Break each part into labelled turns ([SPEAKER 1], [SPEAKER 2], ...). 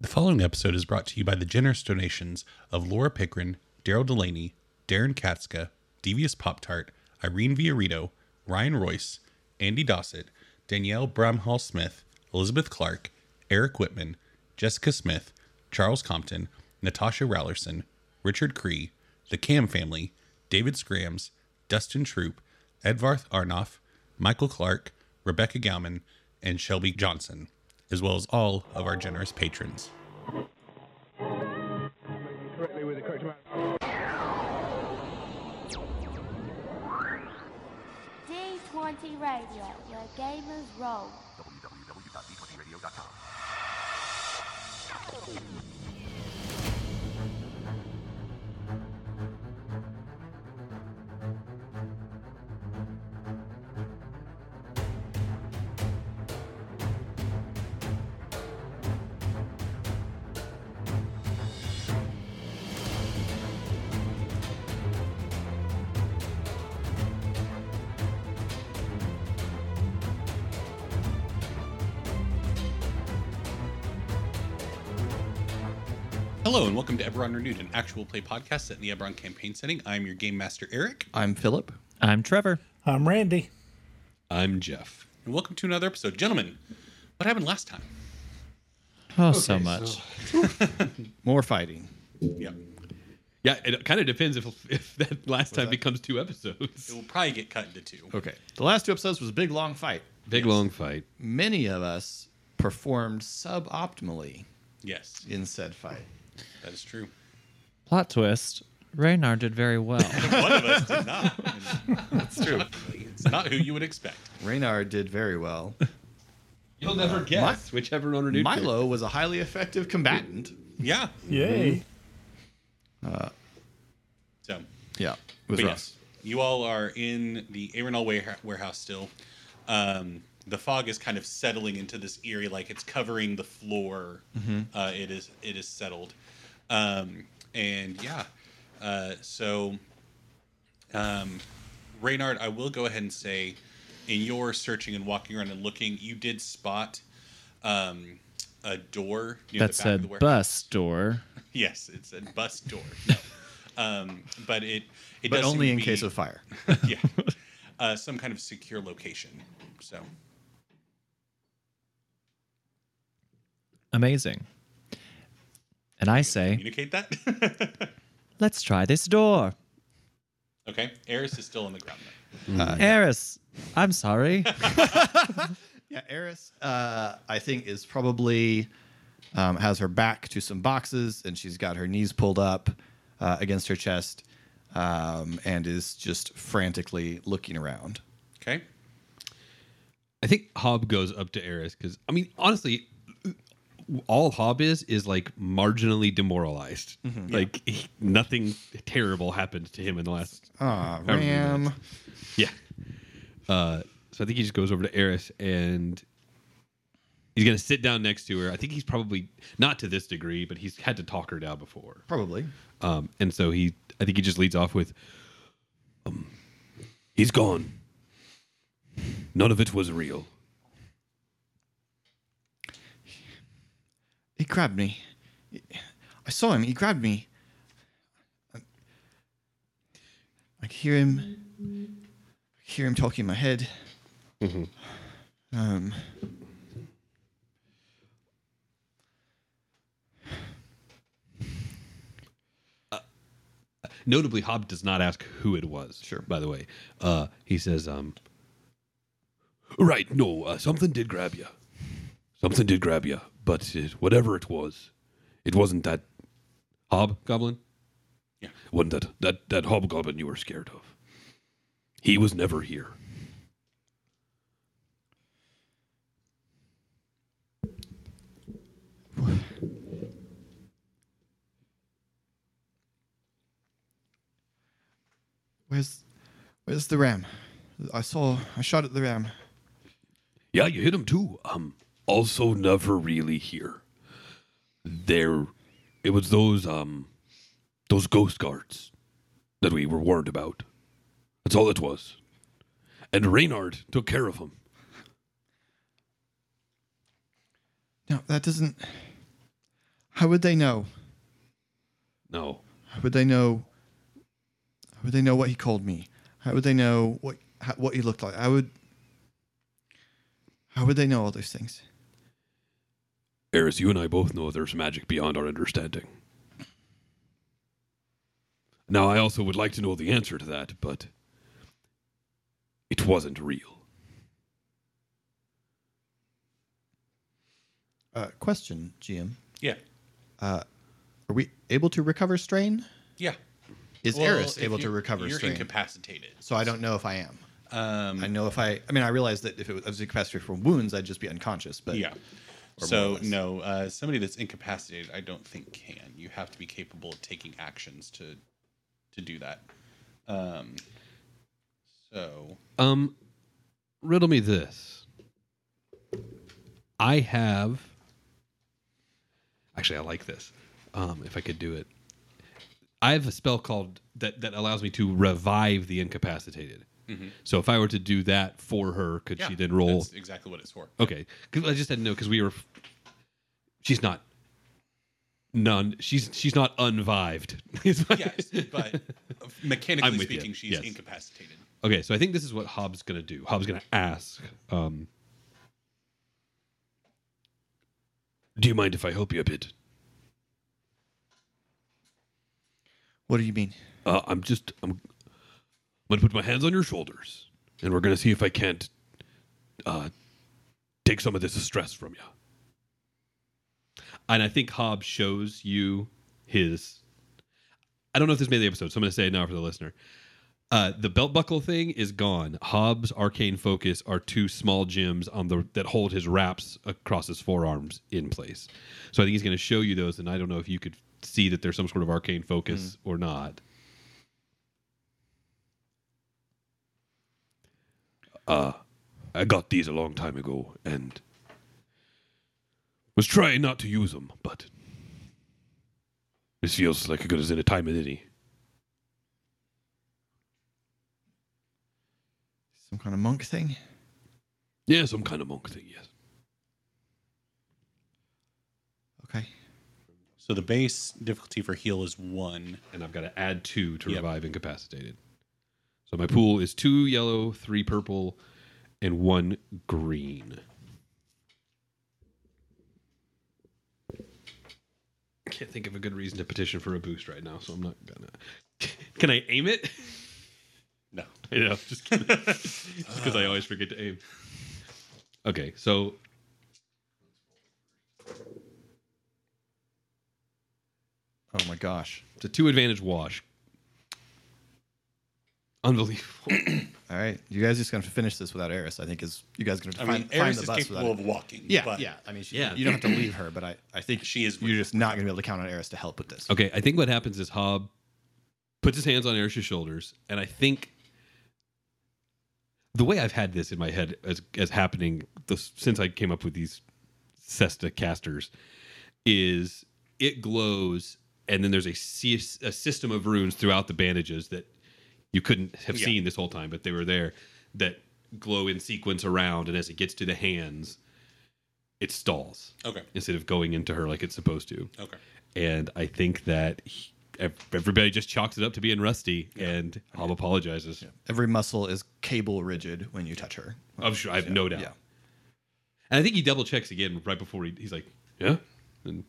[SPEAKER 1] The following episode is brought to you by the generous donations of Laura Pickren, Daryl Delaney, Darren Katzka, Devious Pop Tart, Irene Viarito, Ryan Royce, Andy Dossett, Danielle Bramhall Smith, Elizabeth Clark, Eric Whitman, Jessica Smith, Charles Compton, Natasha Rallerson, Richard Cree, The Cam Family, David Scrams, Dustin Troop, Edvarth Arnoff, Michael Clark, Rebecca Gauman, and Shelby Johnson, as well as all of our generous patrons.
[SPEAKER 2] correctly with the correct amount.
[SPEAKER 3] D20 Radio, where gamers roll.
[SPEAKER 1] Hello, and welcome to Eberron Renewed, an actual play podcast set in the Eberron campaign setting. I'm your game master, Eric.
[SPEAKER 4] I'm Philip.
[SPEAKER 5] I'm Trevor.
[SPEAKER 6] I'm Randy.
[SPEAKER 4] I'm Jeff.
[SPEAKER 1] And welcome to another episode. Gentlemen, what happened last time?
[SPEAKER 5] Oh, so much.
[SPEAKER 4] More fighting.
[SPEAKER 1] Yep.
[SPEAKER 7] Yeah, it kind of depends if if that last time becomes two episodes.
[SPEAKER 1] It will probably get cut into two.
[SPEAKER 4] Okay. The last two episodes was a big long fight.
[SPEAKER 7] Big long fight.
[SPEAKER 4] Many of us performed suboptimally
[SPEAKER 1] Yes,
[SPEAKER 4] in said fight.
[SPEAKER 1] that is true.
[SPEAKER 5] Plot twist. Raynar did very well.
[SPEAKER 1] One of us did not. That's true. It's not who you would expect.
[SPEAKER 4] Reynard did very well.
[SPEAKER 7] You'll never guess whichever on renewed.
[SPEAKER 4] Milo was a highly effective combatant.
[SPEAKER 1] Yeah. Mm-hmm.
[SPEAKER 6] Yay.
[SPEAKER 1] So,
[SPEAKER 4] Yeah. It was
[SPEAKER 1] but
[SPEAKER 4] rough.
[SPEAKER 1] yes, you all are in the Arenal ware- warehouse still. Um, the fog is kind of settling into this eerie, like it's covering the floor.
[SPEAKER 4] Mm-hmm.
[SPEAKER 1] Uh, it is it is settled, um, and yeah. Uh, so, um, Reynard, I will go ahead and say, in your searching and walking around and looking, you did spot um, a door
[SPEAKER 5] that
[SPEAKER 1] near the back of
[SPEAKER 5] said,
[SPEAKER 1] the warehouse.
[SPEAKER 5] bus door.
[SPEAKER 1] Yes, it said bus door. No. um, but it it
[SPEAKER 4] But
[SPEAKER 1] does
[SPEAKER 4] only
[SPEAKER 1] seem
[SPEAKER 4] in
[SPEAKER 1] to
[SPEAKER 4] case
[SPEAKER 1] be-
[SPEAKER 4] of fire.
[SPEAKER 1] yeah uh, some kind of secure location. So
[SPEAKER 5] Amazing. And I say,
[SPEAKER 1] communicate that.
[SPEAKER 5] let's try this door.
[SPEAKER 1] okay, Eris is still on the ground. though.
[SPEAKER 5] Uh, Eris, I'm sorry.
[SPEAKER 4] Yeah, Eris, uh, I think, is probably um, has her back to some boxes, and she's got her knees pulled up uh, against her chest, um, and is just frantically looking around.
[SPEAKER 1] Okay,
[SPEAKER 7] I think Hob goes up to Eris because I mean, honestly, all Hob is is like marginally demoralized.
[SPEAKER 1] Mm-hmm.
[SPEAKER 7] Like he, nothing terrible happened to him in the last.
[SPEAKER 4] Ah,
[SPEAKER 7] many
[SPEAKER 4] Ram.
[SPEAKER 7] minutes. Yeah. Uh, so I think he just goes over to Eris and he's gonna sit down next to her. I think he's probably not to this degree, but he's had to talk her down before.
[SPEAKER 4] Probably.
[SPEAKER 7] Um, and so he, I think he just leads off with, um, "He's gone. None of it was real."
[SPEAKER 4] He grabbed me. I saw him. He grabbed me. I could hear him. Hear him talking in my head. Um.
[SPEAKER 7] Notably, Hob does not ask who it was.
[SPEAKER 4] Sure.
[SPEAKER 7] By the way, uh, he says, um, "Right, no, uh, something did grab you. Something did grab you, but it, whatever it was, it wasn't that hobgoblin.
[SPEAKER 1] Yeah.
[SPEAKER 7] it wasn't that that that hobgoblin you were scared of? He was never here.
[SPEAKER 4] Where's where's the ram? I saw I shot at the ram.
[SPEAKER 7] Yeah, you hit him too. Um, also never really here. There, it was those um, those ghost guards that we were warned about. That's all it was. And Reynard took care of him.
[SPEAKER 4] No, that doesn't How would they know?
[SPEAKER 7] No.
[SPEAKER 4] How would they know? How would they know what he called me? How would they know what how, what he looked like? I would. How would they know all those things?
[SPEAKER 7] Eris, you and I both know there's magic beyond our understanding. Now, I also would like to know the answer to that, but it wasn't real.
[SPEAKER 4] Uh, question, GM:
[SPEAKER 1] Yeah.
[SPEAKER 4] Are we able to recover strain?
[SPEAKER 1] Yeah.
[SPEAKER 4] Is
[SPEAKER 1] Well,
[SPEAKER 4] Eris
[SPEAKER 1] if
[SPEAKER 4] able
[SPEAKER 1] you-
[SPEAKER 4] to recover
[SPEAKER 1] You're
[SPEAKER 4] strain?
[SPEAKER 1] incapacitated.
[SPEAKER 4] so I don't know if I am.
[SPEAKER 1] Um,
[SPEAKER 4] I know if I. I mean, I realize that if it was a capacity for wounds, I'd just be unconscious. But
[SPEAKER 1] yeah.
[SPEAKER 4] or more
[SPEAKER 1] So
[SPEAKER 4] or less.
[SPEAKER 1] no, uh, somebody that's incapacitated, I don't think can. You have to be capable of taking actions to to do that. Um, so
[SPEAKER 7] Um, riddle me this. I have. Actually, I like this. Um, if I could do it, I have a spell called that that allows me to revive the incapacitated. So if I were to do that for her, could she
[SPEAKER 1] Mm-hmm. yeah,
[SPEAKER 7] then roll?
[SPEAKER 1] That's exactly what it's for.
[SPEAKER 7] Okay, 'Cause I just had to know because we were. She's not. None. She's she's not unvived. Is my-
[SPEAKER 1] Yes, but
[SPEAKER 7] I'm
[SPEAKER 1] mechanically
[SPEAKER 7] with you,
[SPEAKER 1] speaking, she's
[SPEAKER 7] yes.
[SPEAKER 1] incapacitated.
[SPEAKER 7] Okay, so I think this is what Hobbs gonna do. Hobbs gonna ask, um, "Do you mind if I help you a bit?
[SPEAKER 4] What do you mean?
[SPEAKER 7] Uh, I'm just I'm, I'm gonna put my hands on your shoulders, and we're gonna see if I can't uh, take some of this stress from you." And I think Hobbs shows you his. I don't know if this made the episode, so I'm gonna say it now for the listener. Uh, the belt buckle thing is gone. Hobbs, Arcane Focus are two small gems on the that hold his wraps across his forearms in place. So I think he's going to show you those, and I don't know if you could see that there's some sort of Arcane Focus or not. Uh, I got these a long time ago, and was trying not to use them, but this feels like a good as in a time as any.
[SPEAKER 4] Some kind of monk thing?
[SPEAKER 7] Yeah, some kind of monk thing, yes.
[SPEAKER 4] Okay.
[SPEAKER 1] So the base difficulty for heal is one.
[SPEAKER 7] and I've got to add two to
[SPEAKER 1] Yep.
[SPEAKER 7] revive incapacitated. So my pool is two yellow, three purple, and one green. I can't think of a good reason to petition for a boost right now, so I'm not gonna. Can I aim it?
[SPEAKER 1] No.
[SPEAKER 7] I know, just kidding. just because I always forget to aim. Okay, so.
[SPEAKER 4] Oh my gosh.
[SPEAKER 7] It's a two advantage wash. Unbelievable.
[SPEAKER 4] All right, you guys just gonna have to finish this without Eris. I think is you guys gonna
[SPEAKER 1] I
[SPEAKER 4] have to
[SPEAKER 1] mean,
[SPEAKER 4] find, find
[SPEAKER 1] Eris
[SPEAKER 4] the
[SPEAKER 1] is
[SPEAKER 4] bus without.
[SPEAKER 1] capable of walking.
[SPEAKER 4] yeah,
[SPEAKER 1] but
[SPEAKER 4] yeah. I mean, she,
[SPEAKER 7] Yeah.
[SPEAKER 4] you don't have to leave her, but I, I think
[SPEAKER 1] She is
[SPEAKER 4] You're just not gonna be able to count on Eris to help with this.
[SPEAKER 7] Okay, I think what happens is Hob puts his hands on Eris's shoulders, and I think the way I've had this in my head as as happening this, since I came up with these Cesta casters is it glows, and then there's a, sy- a system of runes throughout the bandages that you couldn't have
[SPEAKER 1] Yeah.
[SPEAKER 7] seen this whole time, but they were there that glow in sequence around, and as it gets to the hands, it stalls
[SPEAKER 1] Okay.
[SPEAKER 7] instead of going into her like it's supposed to
[SPEAKER 1] Okay.
[SPEAKER 7] and I think that he, ev- everybody just chalks it up to being rusty, and Hob apologizes.
[SPEAKER 4] Every muscle is cable rigid when you touch her.
[SPEAKER 7] I'm sure I have no doubt.
[SPEAKER 4] yeah.
[SPEAKER 7] And I think he double checks again right before he, he's like, "Yeah." And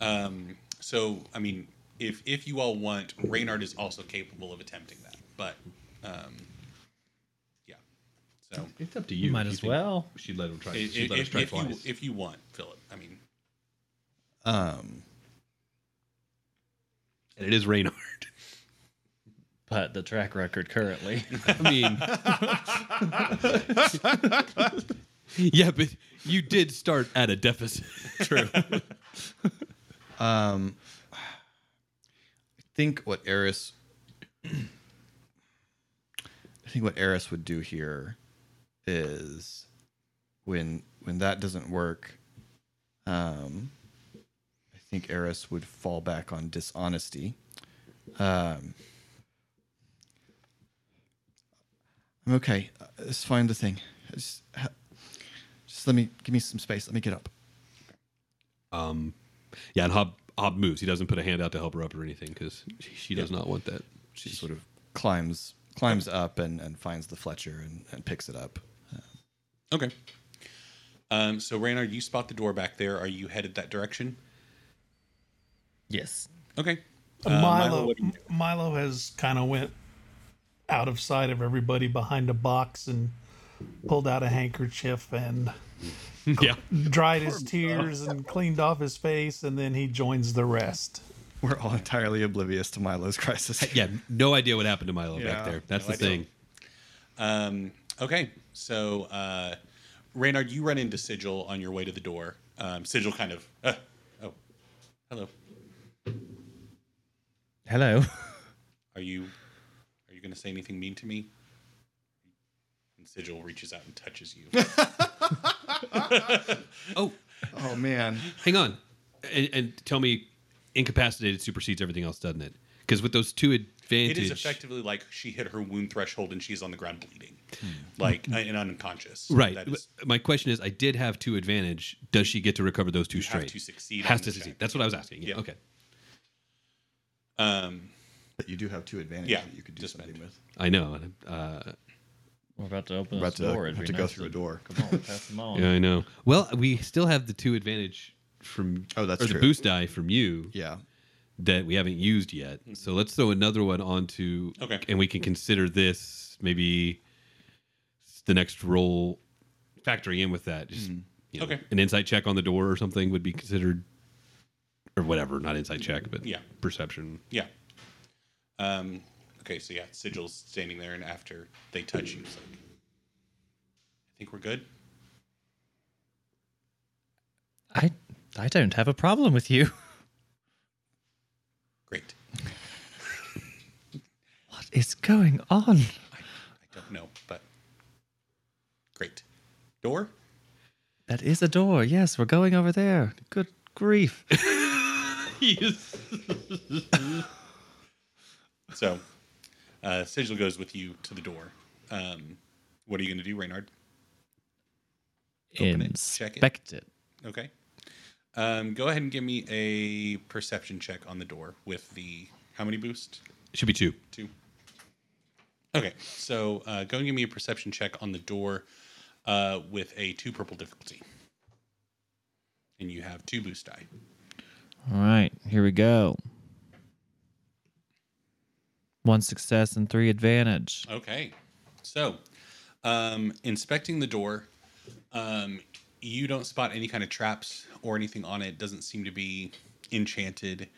[SPEAKER 1] Um, so, I mean, if if you all want, Reynard is also capable of attempting that. But, um, yeah. So,
[SPEAKER 7] it's up to you.
[SPEAKER 5] might
[SPEAKER 7] if you
[SPEAKER 5] as
[SPEAKER 7] think
[SPEAKER 5] well.
[SPEAKER 7] She'd let him try.
[SPEAKER 1] if,
[SPEAKER 7] She'd let us
[SPEAKER 1] if,
[SPEAKER 7] try
[SPEAKER 1] if you,
[SPEAKER 7] twice.
[SPEAKER 1] if you want, Philip, I mean,
[SPEAKER 4] Um,
[SPEAKER 7] and it is Reynard.
[SPEAKER 5] But the track record currently.
[SPEAKER 7] I mean, yeah, but you did start at a deficit. True.
[SPEAKER 4] um, I think what Eris, I think what Eris would do here is when when that doesn't work, um, I think Eris would fall back on dishonesty. Um, I'm okay. Uh, Let's find the thing. Just, just let me give me some space. Let me get up.
[SPEAKER 7] Um, Yeah, and Hob Hob moves. He doesn't put a hand out to help her up or anything because she, she does not want that.
[SPEAKER 4] She sort of climbs climbs up and, and finds the Fletcher and, and picks it up.
[SPEAKER 1] Okay. Um, so Raynar, you spot the door back there. Are you headed that direction?
[SPEAKER 5] Yes.
[SPEAKER 1] Okay.
[SPEAKER 6] Uh,
[SPEAKER 1] Um,
[SPEAKER 6] Milo,
[SPEAKER 1] Uh, what do you
[SPEAKER 6] M- Milo has kind of went out of sight of everybody behind a box and pulled out a handkerchief and
[SPEAKER 7] yeah.
[SPEAKER 6] dried his tears and cleaned off his face, and then he joins the rest.
[SPEAKER 4] We're all entirely oblivious to Milo's crisis.
[SPEAKER 7] Yeah. No idea what happened to Milo back
[SPEAKER 4] Yeah,
[SPEAKER 7] there. That's
[SPEAKER 1] no
[SPEAKER 7] the
[SPEAKER 1] idea.
[SPEAKER 7] thing.
[SPEAKER 1] Um, okay, so uh, Reynard, you run into Sigil on your way to the door. Um, Sigil kind of, uh, oh, hello.
[SPEAKER 5] Hello.
[SPEAKER 1] Are you are you going to say anything mean to me? And Sigil reaches out and touches you.
[SPEAKER 7] Oh,
[SPEAKER 4] Oh man.
[SPEAKER 7] hang on, and, and tell me, incapacitated supersedes everything else, doesn't it? Because with those two
[SPEAKER 1] it
[SPEAKER 7] advantage,
[SPEAKER 1] is effectively like she hit her wound threshold and she's on the ground bleeding, like uh, and unconscious.
[SPEAKER 7] Hmm. right?
[SPEAKER 1] That is,
[SPEAKER 7] My question is, I did have two advantage. Does she get to recover those two
[SPEAKER 1] have
[SPEAKER 7] straight?
[SPEAKER 1] to succeed on
[SPEAKER 7] Has to
[SPEAKER 1] the
[SPEAKER 7] succeed.
[SPEAKER 1] check.
[SPEAKER 7] That's what I was asking. Yeah.
[SPEAKER 1] Yeah.
[SPEAKER 7] Okay.
[SPEAKER 1] um,
[SPEAKER 4] But you do have two advantages
[SPEAKER 1] Yeah,
[SPEAKER 4] that you could do
[SPEAKER 1] just
[SPEAKER 4] something
[SPEAKER 1] bend.
[SPEAKER 4] with.
[SPEAKER 7] I know. and, Uh,
[SPEAKER 5] We're about to open
[SPEAKER 4] We're
[SPEAKER 5] this
[SPEAKER 4] about to
[SPEAKER 5] door. It'd
[SPEAKER 4] have
[SPEAKER 5] be
[SPEAKER 4] to go
[SPEAKER 5] nice
[SPEAKER 4] through a door.
[SPEAKER 5] Come on, pass them on.
[SPEAKER 1] Oh.
[SPEAKER 7] yeah, I know. Well, we still have the two advantage from
[SPEAKER 4] Oh, that's
[SPEAKER 7] or the
[SPEAKER 4] true.
[SPEAKER 7] boost die from you
[SPEAKER 4] Yeah.
[SPEAKER 7] that we haven't used yet. So let's throw another one onto
[SPEAKER 1] Mm-hmm. Okay.
[SPEAKER 7] and we can consider this maybe the next roll factoring in with that. Just you know,
[SPEAKER 1] Mm-hmm. Okay.
[SPEAKER 7] an insight check on the door or something would be considered or whatever, not insight check, but
[SPEAKER 1] Yeah.
[SPEAKER 7] perception.
[SPEAKER 1] Yeah. Um, okay, so yeah, Sigil's standing there, and after they touch you, it's like, I think we're good.
[SPEAKER 8] I I don't have a problem with you.
[SPEAKER 1] Great.
[SPEAKER 8] What is going on?
[SPEAKER 1] I don't know, but great. Door?
[SPEAKER 8] That is a door. Yes, we're going over there. Good grief.
[SPEAKER 1] So uh, Sigil goes with you to the door. Um, what are you going to do, Reynard? Open it, check it.
[SPEAKER 8] Inspect it.
[SPEAKER 1] Okay. Um, go ahead and give me a perception check on the door with the how many boost?
[SPEAKER 7] Should be two.
[SPEAKER 1] two. Okay, so uh, go and give me a perception check on the door uh, with a two purple difficulty, and you have two boost die.
[SPEAKER 8] All right, here we go. One success and three advantage.
[SPEAKER 1] Okay, so um, inspecting the door, um, you don't spot any kind of traps or anything on it. Doesn't seem to be enchanted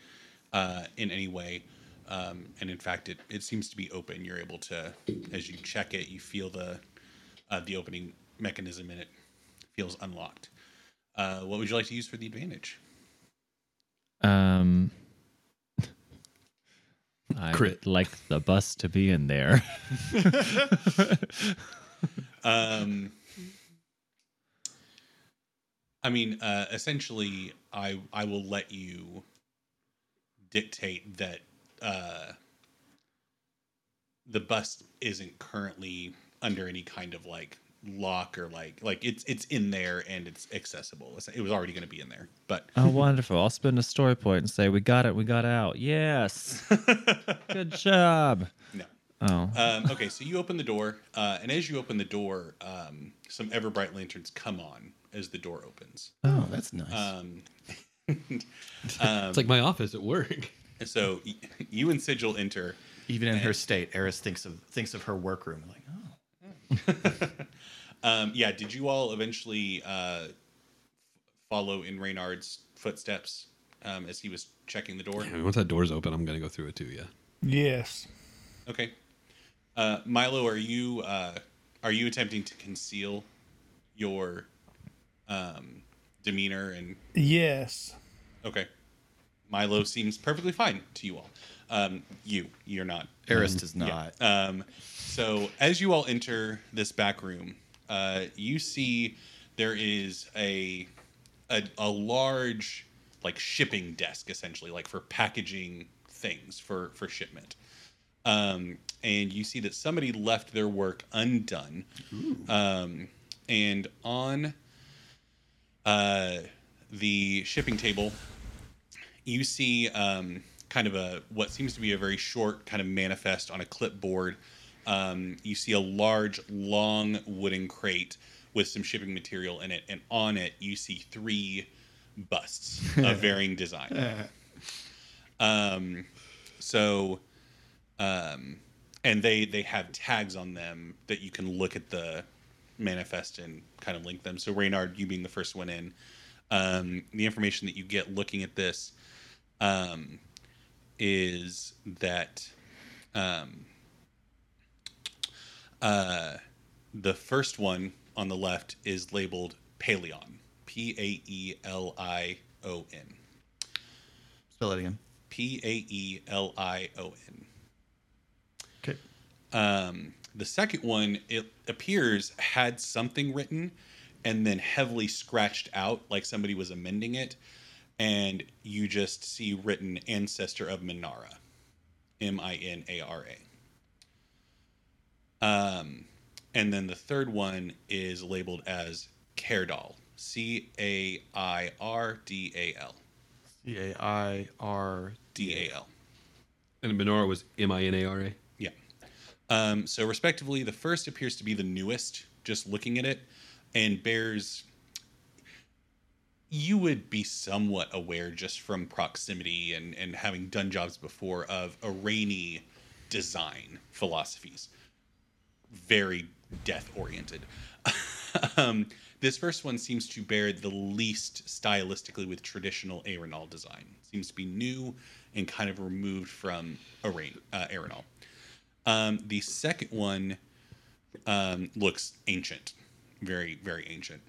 [SPEAKER 1] uh, in any way. Um, and in fact, it, it seems to be open. You're able to, as you check it, you feel the uh, the opening mechanism in it feels unlocked. Uh, what would you like to use for the advantage?
[SPEAKER 8] Um, I
[SPEAKER 7] Crit.
[SPEAKER 8] would like the bus to be in there.
[SPEAKER 1] Um, I mean, uh, essentially, I I will let you dictate that uh, the bus isn't currently under any kind of like lock or like like it's it's in there and it's accessible. It's- It was already going to be in there, but
[SPEAKER 8] oh, wonderful! I'll spend a story point and say we got it, we got out. Yes, good job.
[SPEAKER 1] no.
[SPEAKER 8] Oh,
[SPEAKER 1] Um, okay, so you open the door, uh, and as you open the door, um, some ever bright lanterns come on as the door opens.
[SPEAKER 4] Oh, that's nice.
[SPEAKER 1] Um,
[SPEAKER 7] it's like my office at work.
[SPEAKER 1] And so y- you and Sigil enter.
[SPEAKER 4] Even in her state, Eris thinks of thinks of her workroom like, oh,
[SPEAKER 1] Um, yeah, did you all eventually uh, follow in Reynard's footsteps um, as he was checking the door?
[SPEAKER 7] I mean, once that door's open, I'm gonna go through it too, yeah.
[SPEAKER 6] Yes.
[SPEAKER 1] Okay. Uh, Milo, are you uh, are you attempting to conceal your um, demeanor and
[SPEAKER 6] Yes.
[SPEAKER 1] okay? Milo seems perfectly fine to you all. Um, you, you're not.
[SPEAKER 4] Eris does not.
[SPEAKER 1] Um, so as you all enter this back room, uh, you see there is a, a a large like shipping desk essentially, like for packaging things for for shipment. Um, and you see that somebody left their work undone. Um, and on uh, the shipping table you see um, kind of a what seems to be a very short kind of manifest on a clipboard. Um, you see a large, long wooden crate with some shipping material in it, and on it you see three busts of varying design. Um, so, um, and they they have tags on them that you can look at the manifest and kind of link them. So, Reynard, you being the first one in, um, the information that you get looking at this um, is that um, uh, the first one on the left is labeled Paleon, P A E L I O N,
[SPEAKER 4] Spell it again.
[SPEAKER 1] P A E L I O N.
[SPEAKER 4] Okay.
[SPEAKER 1] Um, the second one, it appears, had something written and then heavily scratched out, like somebody was amending it. And you just see written Ancestor of Minara, M I N A R A. Um, and then the third one is labeled as Cairdal, C A I R D A L.
[SPEAKER 4] C A I R.
[SPEAKER 1] D A L.
[SPEAKER 7] And Minara was M I N A R A.
[SPEAKER 1] Yeah. Um, so, respectively, the first appears to be the newest, just looking at it, and bears. You would be somewhat aware just from proximity and, and having done jobs before of Irani design philosophies. Very death oriented. um, this first one seems to bear the least stylistically with traditional Arenal design. Seems to be new and kind of removed from Aran- uh, Arenal. Um, the second one um, looks ancient, very, very ancient.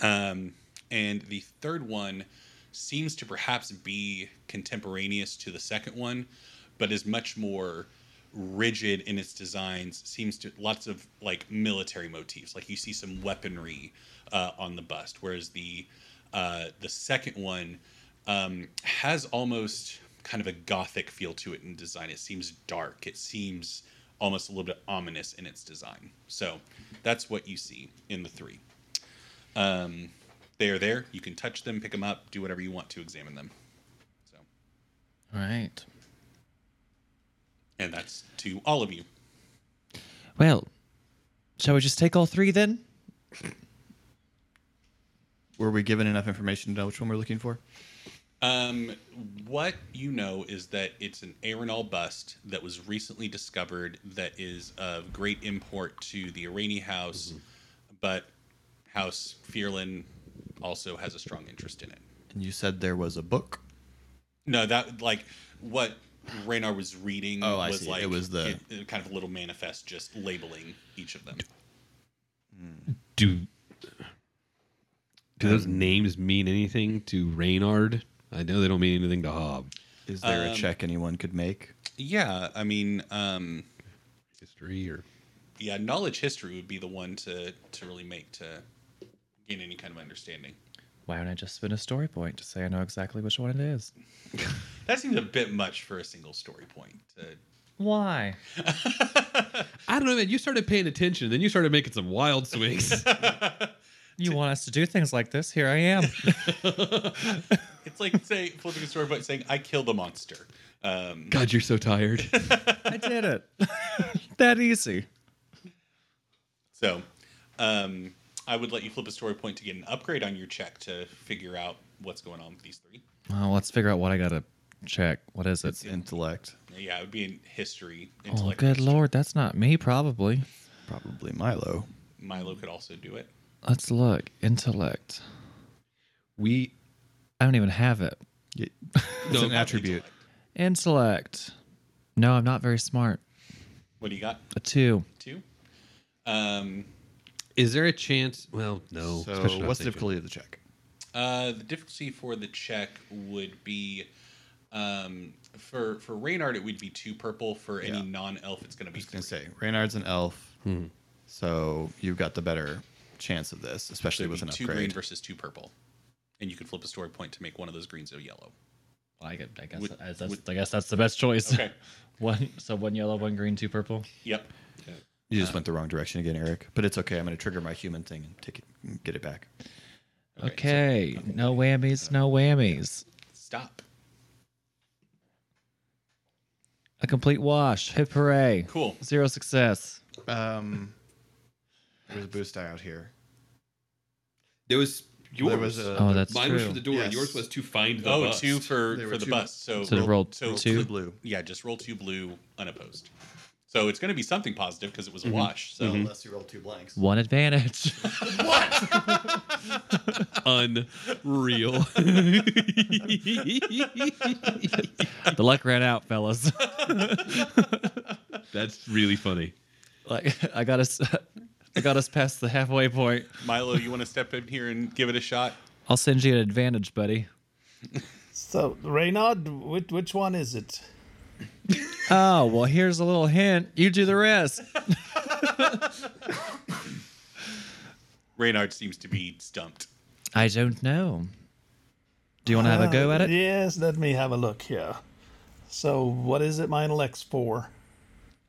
[SPEAKER 1] Um, and the third one seems to perhaps be contemporaneous to the second one, but is much more rigid in its designs. Seems to lots of like military motifs. Like you see some weaponry uh, on the bust, whereas the uh, the second one um, has almost kind of a gothic feel to it in design. It seems dark. It seems almost a little bit ominous in its design. So that's what you see in the three. Um, they are there. You can touch them, pick them up, do whatever you want to examine them. So,
[SPEAKER 8] All right.
[SPEAKER 1] and that's to all of you.
[SPEAKER 8] Well, shall we just take all three then?
[SPEAKER 4] Were we given enough information to know which one we're looking for?
[SPEAKER 1] Um, what you know is that it's an Arenal bust that was recently discovered that is of great import to the Irani house,
[SPEAKER 4] Mm-hmm.
[SPEAKER 1] but House Fearlin also has a strong interest in it.
[SPEAKER 4] And you said there was a book.
[SPEAKER 1] No, that like what Raynar was reading
[SPEAKER 4] Oh, I
[SPEAKER 1] was
[SPEAKER 4] see.
[SPEAKER 1] like
[SPEAKER 4] It was the-
[SPEAKER 1] it- it kind of a little manifest just labeling each of them.
[SPEAKER 7] Do do
[SPEAKER 1] um,
[SPEAKER 7] those names mean anything to Reynard? I know they don't mean anything to Hob.
[SPEAKER 4] Is there a check anyone could make?
[SPEAKER 1] Yeah, I mean, um
[SPEAKER 7] History or
[SPEAKER 1] yeah, knowledge history would be the one to to really make to gain any kind of understanding.
[SPEAKER 8] Why don't I just spin a story point to say I know exactly which one it is?
[SPEAKER 1] That seems a bit much for a single story point. To,
[SPEAKER 8] Why?
[SPEAKER 7] I don't know, man. You started paying attention, then you started making some wild swings.
[SPEAKER 8] You want us to do things like this? Here I am.
[SPEAKER 1] it's like say flipping a story point saying I killed a monster. Um
[SPEAKER 7] God, you're so tired.
[SPEAKER 8] I did it. that easy.
[SPEAKER 1] so um I would let you flip a story point to get an upgrade on your check to figure out what's going on with these three.
[SPEAKER 8] Well, let's figure out what I gotta check. What is it?
[SPEAKER 4] It's intellect.
[SPEAKER 1] Yeah, it would be in history.
[SPEAKER 8] Oh,
[SPEAKER 1] intellect
[SPEAKER 8] good
[SPEAKER 1] history.
[SPEAKER 8] lord, that's not me, probably.
[SPEAKER 4] Probably Milo.
[SPEAKER 1] Milo could also do it.
[SPEAKER 8] Let's look. Intellect.
[SPEAKER 7] We
[SPEAKER 8] I don't even have it.
[SPEAKER 4] It's an attribute.
[SPEAKER 8] Intellect. No, I'm not very smart.
[SPEAKER 1] What do you got?
[SPEAKER 8] A two.
[SPEAKER 1] Two. Um,
[SPEAKER 7] is there a chance? Well, no.
[SPEAKER 4] So,
[SPEAKER 7] especially not
[SPEAKER 4] what's the
[SPEAKER 7] thinking.
[SPEAKER 4] difficulty of the check?
[SPEAKER 1] uh, the difficulty for the check would be um, for for Reynard it would be two purple. For any
[SPEAKER 4] Yeah.
[SPEAKER 1] non-elf, it's going to be
[SPEAKER 4] I was gonna
[SPEAKER 1] three.
[SPEAKER 4] say Reynard's an elf,
[SPEAKER 8] Hmm.
[SPEAKER 4] so you've got the better chance of this,
[SPEAKER 1] So
[SPEAKER 4] especially
[SPEAKER 1] it'd
[SPEAKER 4] with
[SPEAKER 1] be
[SPEAKER 4] an
[SPEAKER 1] two green
[SPEAKER 4] upgrade.
[SPEAKER 1] versus two purple, and you could flip a story point to make one of those greens a yellow.
[SPEAKER 8] I guess, I guess,
[SPEAKER 1] Would-
[SPEAKER 8] I, that's,
[SPEAKER 1] would-
[SPEAKER 8] I guess that's the best choice.
[SPEAKER 1] Okay.
[SPEAKER 8] one so one yellow, one green, two purple.
[SPEAKER 1] Yep.
[SPEAKER 4] you just went the wrong direction again, Eric. But it's okay. I'm gonna trigger my human thing and take it, get it back.
[SPEAKER 8] Okay. no whammies, no whammies.
[SPEAKER 1] Stop.
[SPEAKER 8] A complete wash. Hip hooray.
[SPEAKER 1] Cool.
[SPEAKER 8] Zero success.
[SPEAKER 4] Um, there's a boost die out here.
[SPEAKER 7] There was yours.
[SPEAKER 4] There was a-
[SPEAKER 8] Oh, that's
[SPEAKER 7] Mine was
[SPEAKER 8] true.
[SPEAKER 7] for the door.
[SPEAKER 4] Yes.
[SPEAKER 7] Yours was to find the
[SPEAKER 1] Oh,
[SPEAKER 7] bust.
[SPEAKER 1] two for,
[SPEAKER 4] They were
[SPEAKER 1] for the
[SPEAKER 4] two-
[SPEAKER 1] bus. So,
[SPEAKER 8] So roll two.
[SPEAKER 4] blue.
[SPEAKER 1] Yeah, just roll two blue unopposed. So it's going to be something positive because it was a
[SPEAKER 7] Mm-hmm.
[SPEAKER 1] wash. So
[SPEAKER 8] Mm-hmm.
[SPEAKER 4] Unless you roll two blanks.
[SPEAKER 8] One advantage.
[SPEAKER 7] Unreal.
[SPEAKER 8] the luck ran out, fellas.
[SPEAKER 7] That's really funny.
[SPEAKER 8] like I got us, I got us past the halfway point.
[SPEAKER 1] Milo, you want to step in here and give it a shot?
[SPEAKER 8] I'll send you an advantage, buddy.
[SPEAKER 6] So, Reynaud, which, which one is it?
[SPEAKER 8] Oh well, here's a little hint. You do the rest.
[SPEAKER 1] Reynard seems to be stumped.
[SPEAKER 8] I don't know. Do you want to have a go at it?
[SPEAKER 6] Yes, let me have a look here. So, what is it my intellect's for?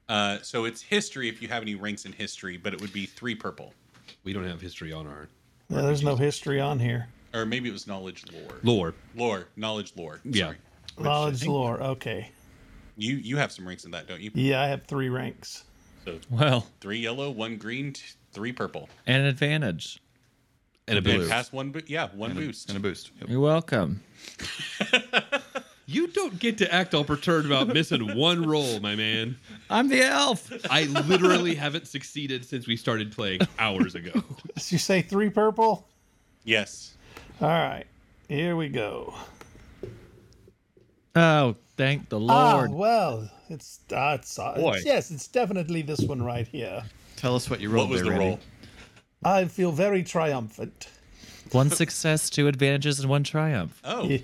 [SPEAKER 1] Uh, so it's history if you have any ranks in history, but it would be three purple.
[SPEAKER 7] We don't have history on our
[SPEAKER 6] Yeah, there's no history on here.
[SPEAKER 1] Or maybe it was knowledge lore.
[SPEAKER 7] lore.
[SPEAKER 1] Lore, knowledge lore.
[SPEAKER 7] Yeah.
[SPEAKER 1] Sorry.
[SPEAKER 6] Knowledge lore. Okay.
[SPEAKER 1] You you have some ranks in that, don't you?
[SPEAKER 6] Yeah, I have three ranks.
[SPEAKER 1] So
[SPEAKER 8] Well,
[SPEAKER 1] three yellow, one green, t- three purple.
[SPEAKER 8] an advantage.
[SPEAKER 7] And a
[SPEAKER 1] And
[SPEAKER 7] boost.
[SPEAKER 1] pass one, bo- yeah, one boost.
[SPEAKER 4] And a boost. Yep.
[SPEAKER 8] You're welcome.
[SPEAKER 7] You don't get to act all perturbed about missing one roll, my man.
[SPEAKER 8] I'm the elf.
[SPEAKER 7] I literally haven't succeeded since we started playing hours ago.
[SPEAKER 6] Did you say three purple?
[SPEAKER 1] yes.
[SPEAKER 6] All right. Here we go.
[SPEAKER 8] Oh, thank the
[SPEAKER 6] Ah,
[SPEAKER 8] Lord.
[SPEAKER 6] well, it's that's
[SPEAKER 7] Boy.
[SPEAKER 6] yes, it's definitely this one right here.
[SPEAKER 4] Tell us what you
[SPEAKER 1] What
[SPEAKER 4] rolled
[SPEAKER 1] was the
[SPEAKER 4] there, Randy.
[SPEAKER 1] roll?
[SPEAKER 6] I feel very triumphant.
[SPEAKER 8] One success, two advantages, and one triumph.
[SPEAKER 1] Oh,
[SPEAKER 6] Yeah.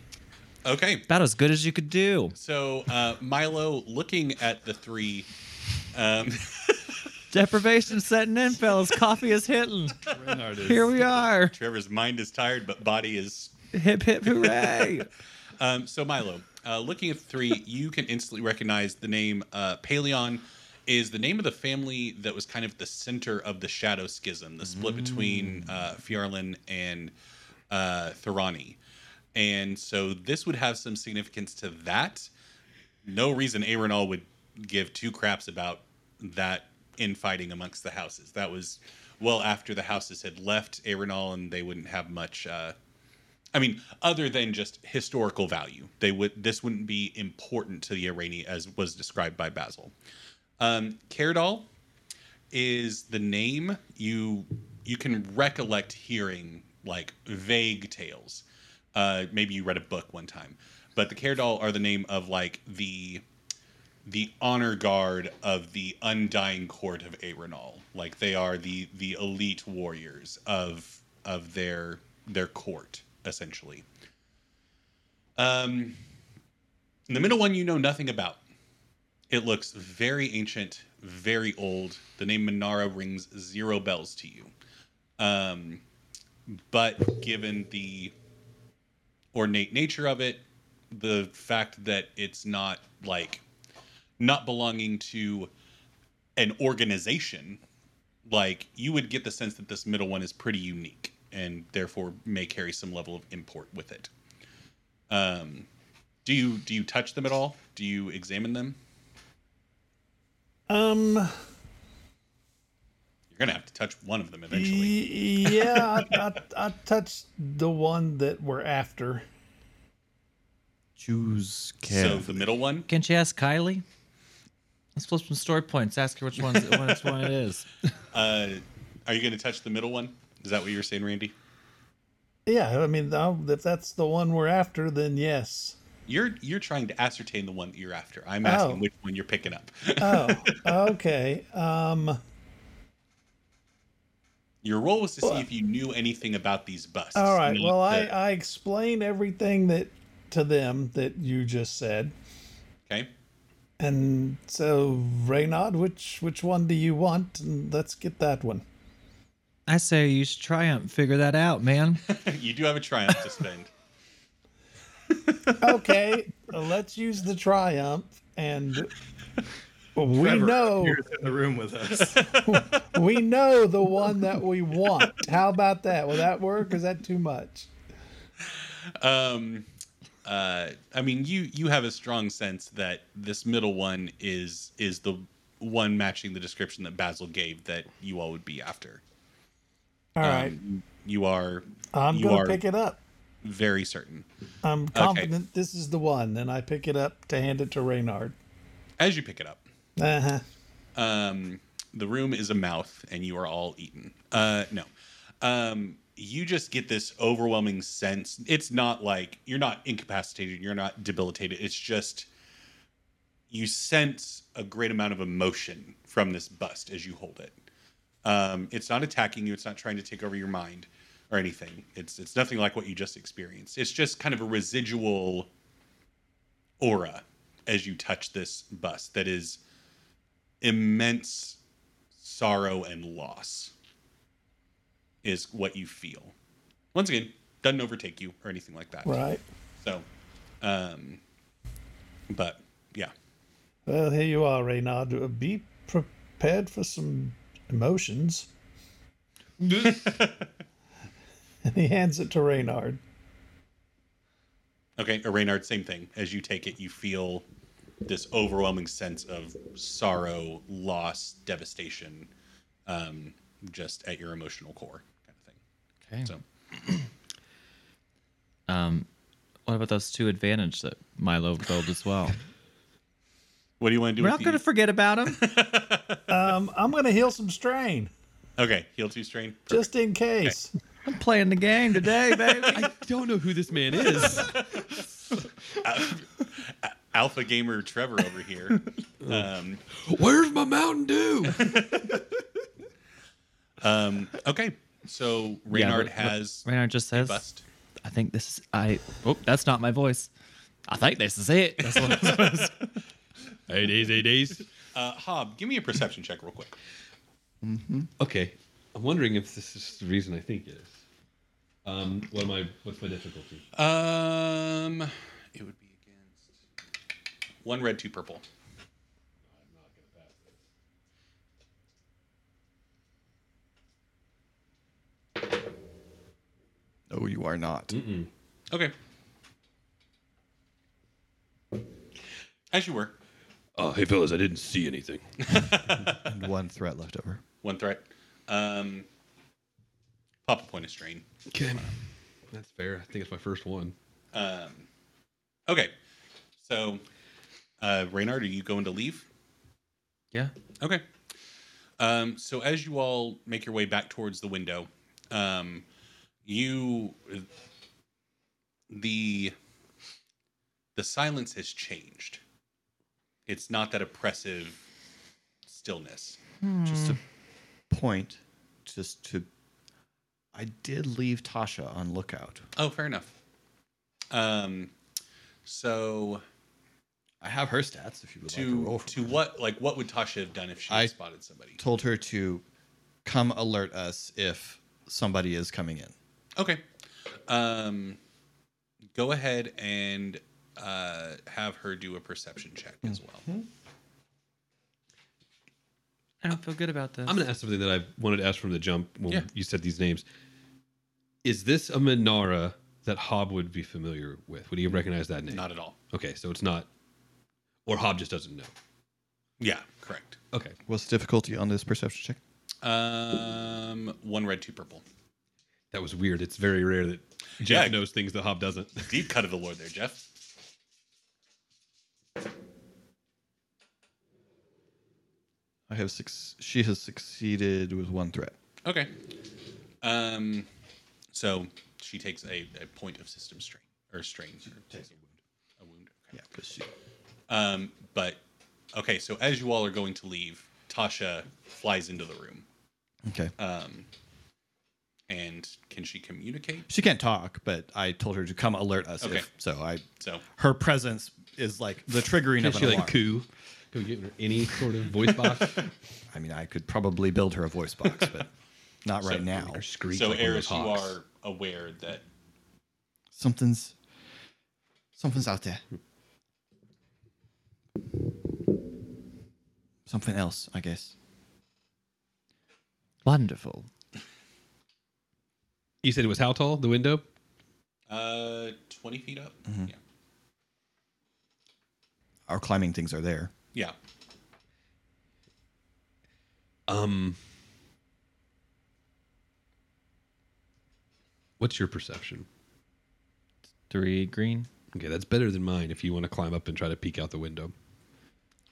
[SPEAKER 1] okay.
[SPEAKER 8] About as good as you could do.
[SPEAKER 1] So uh, Milo, looking at the three, um,
[SPEAKER 8] Deprivation setting in, fellas. Coffee is hitting.
[SPEAKER 7] Reynard is-
[SPEAKER 8] Here we are.
[SPEAKER 1] Trevor's mind is tired, but body is
[SPEAKER 8] Hip hip hooray.
[SPEAKER 1] Um, so Milo, uh, looking at the three, you can instantly recognize the name uh, Paleon is the name of the family that was kind of the center of the Shadow Schism, the split between uh, Fjarlin and uh, Thorani. And so this would have some significance to that. No reason Arenal would give two craps about that infighting amongst the houses. That was well after the houses had left Arenal, and they wouldn't have much uh, I mean, other than just historical value, they would this wouldn't be important to the Irani as was described by Basil. Um, Caradol is the name you you can recollect hearing like vague tales. Uh, maybe you read a book one time, but the Caradol are the name of like the the honor guard of the undying court of Arenal. Like they are the the elite warriors of of their their court essentially. Um, the middle one you know nothing about. It looks very ancient, very old. The name Minara rings zero bells to you. Um, but given the ornate nature of it, the fact that it's not like not belonging to an organization, like you would get the sense that this middle one is pretty unique and therefore may carry some level of import with it. Um, do you do you touch them at all? Do you examine them?
[SPEAKER 6] Um
[SPEAKER 1] You're gonna have to touch one of them
[SPEAKER 6] y-
[SPEAKER 1] eventually.
[SPEAKER 6] yeah, I, I, I touched the one that we're after.
[SPEAKER 4] Choose
[SPEAKER 1] So the middle one,
[SPEAKER 8] Can't you ask Kylie? Let's flip some story points. Ask her which one's which one it is.
[SPEAKER 1] uh, are you gonna touch the middle one? Is that what you were saying, Randy?
[SPEAKER 6] Yeah, I mean, I'll- if that's the one we're after, then yes.
[SPEAKER 1] You're you're trying to ascertain the one that you're after. I'm asking
[SPEAKER 6] Oh.
[SPEAKER 1] which one you're picking up.
[SPEAKER 6] Oh, okay. Um,
[SPEAKER 1] Your role was to see if you knew anything about these busts.
[SPEAKER 6] all right.
[SPEAKER 1] not
[SPEAKER 6] Well, I
[SPEAKER 1] the-
[SPEAKER 6] I explain everything that to them that you just said,
[SPEAKER 1] okay.
[SPEAKER 6] and so Reynaud, which which one do you want? And let's get that one.
[SPEAKER 8] I say you should triumph. Figure that out, man.
[SPEAKER 1] You do have a triumph to spend.
[SPEAKER 6] okay, uh, let's use the triumph and we know
[SPEAKER 4] You're in the room with us.
[SPEAKER 6] we know the one that we want. How about that? Will that work? Is that too much?
[SPEAKER 1] Um, uh, I mean, you you have a strong sense that this middle one is is the one matching the description that Basil gave that you all would be after.
[SPEAKER 6] All right.
[SPEAKER 1] You are
[SPEAKER 6] I'm
[SPEAKER 1] Uh, you
[SPEAKER 6] going
[SPEAKER 1] are
[SPEAKER 6] to pick it up.
[SPEAKER 1] very certain.
[SPEAKER 6] I'm confident this is the one. Then I pick it up to hand it to Reynard.
[SPEAKER 1] As you pick it up,
[SPEAKER 6] Uh huh.
[SPEAKER 1] um, the room is a mouth, and you are all eaten. Uh, no, um, you just get this overwhelming sense. It's not like you're not incapacitated, you're not debilitated. It's just you sense a great amount of emotion from this bust as you hold it. Um, it's not attacking you. It's not trying to take over your mind or anything. It's it's nothing like what you just experienced. It's just kind of a residual aura as you touch this bust that is immense sorrow and loss is what you feel. Once again, doesn't overtake you or anything like that.
[SPEAKER 6] Right.
[SPEAKER 1] So, um, but yeah,
[SPEAKER 6] Well, here you are, Reynard. Uh, Be prepared for some emotions. and he hands it to Reynard.
[SPEAKER 1] Okay, uh, Reynard, same thing. As you take it, you feel this overwhelming sense of sorrow, loss, devastation, um, just at your emotional core, kind of thing.
[SPEAKER 8] Okay.
[SPEAKER 1] So,
[SPEAKER 8] Um, what about those two advantage that Milo built as well?
[SPEAKER 1] what do you want to do?
[SPEAKER 8] We're
[SPEAKER 1] with
[SPEAKER 8] not going to
[SPEAKER 1] these?
[SPEAKER 8] forget about him.
[SPEAKER 6] Um, I'm going to heal some strain
[SPEAKER 1] okay, heal two strain.
[SPEAKER 6] just in case.
[SPEAKER 8] I'm playing the game today, baby.
[SPEAKER 9] I don't know who this man is.
[SPEAKER 1] Alpha gamer Trevor over here. um,
[SPEAKER 7] Where's my Mountain Dew?
[SPEAKER 1] um, okay, so Reynard
[SPEAKER 8] but- but-
[SPEAKER 1] has
[SPEAKER 8] Reynard just says,
[SPEAKER 1] bust.
[SPEAKER 8] "I think this. Is, I. Oh, that's not my voice. I think this is it." That's what I was-
[SPEAKER 9] eight days, eight days.
[SPEAKER 1] Uh, Hob, give me a perception check real quick.
[SPEAKER 7] Okay, I'm wondering if this is the reason I think it is. Um, what am I? What's my difficulty?
[SPEAKER 1] Um, it would be against one red, two purple.
[SPEAKER 4] No, Oh, you are not.
[SPEAKER 1] Okay. As you were,
[SPEAKER 7] Uh, hey fellas, I didn't see anything.
[SPEAKER 4] And one threat left over.
[SPEAKER 1] one threat. Um, pop a point of strain.
[SPEAKER 7] Okay, that's fair. I think it's my first one.
[SPEAKER 1] Um, okay. So, uh, Reynard, are you going to leave?
[SPEAKER 8] yeah.
[SPEAKER 1] Okay. Um, so as you all make your way back towards the window, um, you the the silence has changed. It's not that oppressive stillness.
[SPEAKER 4] Just a point. Just to. I did leave Tasha on lookout.
[SPEAKER 1] Oh, fair enough. Um, so
[SPEAKER 4] I have her stats if you would like to
[SPEAKER 1] to
[SPEAKER 4] roll. For
[SPEAKER 1] to
[SPEAKER 4] her.
[SPEAKER 1] what like what would Tasha have done if she
[SPEAKER 4] I-
[SPEAKER 1] had spotted somebody?
[SPEAKER 4] Told her to come alert us if somebody is coming in.
[SPEAKER 1] Okay. Um, go ahead and uh, have her do a perception check as well.
[SPEAKER 8] I don't feel good about this.
[SPEAKER 7] I'm gonna ask something that I wanted to ask from the jump when
[SPEAKER 1] Yeah.
[SPEAKER 7] you said these names. Is this a Minara that Hob would be familiar with? Would he recognize that name?
[SPEAKER 1] Not at all.
[SPEAKER 7] okay, so it's not, or Hob just doesn't know.
[SPEAKER 1] Yeah, correct.
[SPEAKER 7] Okay,
[SPEAKER 4] What's the difficulty on this perception check?
[SPEAKER 1] Um, one red, two purple.
[SPEAKER 7] that was weird. It's very rare that Jeff
[SPEAKER 1] Yeah.
[SPEAKER 7] knows things that Hob doesn't.
[SPEAKER 1] Deep cut of the Lord there, Jeff.
[SPEAKER 4] I have six. She has succeeded with one threat.
[SPEAKER 1] Okay. Um, so she takes a, a point of system strain or strain. She takes a wound. A wound. Okay.
[SPEAKER 4] Yeah, because she.
[SPEAKER 1] Um, but okay, so as you all are going to leave, Tasha flies into the room.
[SPEAKER 4] Okay.
[SPEAKER 1] Um, and can she communicate?
[SPEAKER 4] she can't talk, but I told her to come alert us.
[SPEAKER 1] Okay.
[SPEAKER 4] If, so I.
[SPEAKER 1] So
[SPEAKER 4] Her presence is like the triggering of
[SPEAKER 7] Is
[SPEAKER 4] an
[SPEAKER 7] she
[SPEAKER 4] alarm.
[SPEAKER 7] like coo? Can we get her any sort of voice box?
[SPEAKER 4] I mean, I could probably build her a voice box, but not right
[SPEAKER 1] So-
[SPEAKER 4] now.
[SPEAKER 7] Or screech
[SPEAKER 1] so
[SPEAKER 7] like one of
[SPEAKER 1] Eris,
[SPEAKER 7] those
[SPEAKER 1] you
[SPEAKER 7] hawks?
[SPEAKER 1] are aware that
[SPEAKER 4] Something's. Something's out there. Something else, I guess.
[SPEAKER 8] Wonderful.
[SPEAKER 7] You said it was how tall? The window? Mm-hmm.
[SPEAKER 1] uh, twenty feet up. Yeah.
[SPEAKER 4] our climbing things are there.
[SPEAKER 1] Yeah.
[SPEAKER 7] Um, what's your perception?
[SPEAKER 8] Three green.
[SPEAKER 7] Okay, that's better than mine. If you want to climb up and try to peek out the window,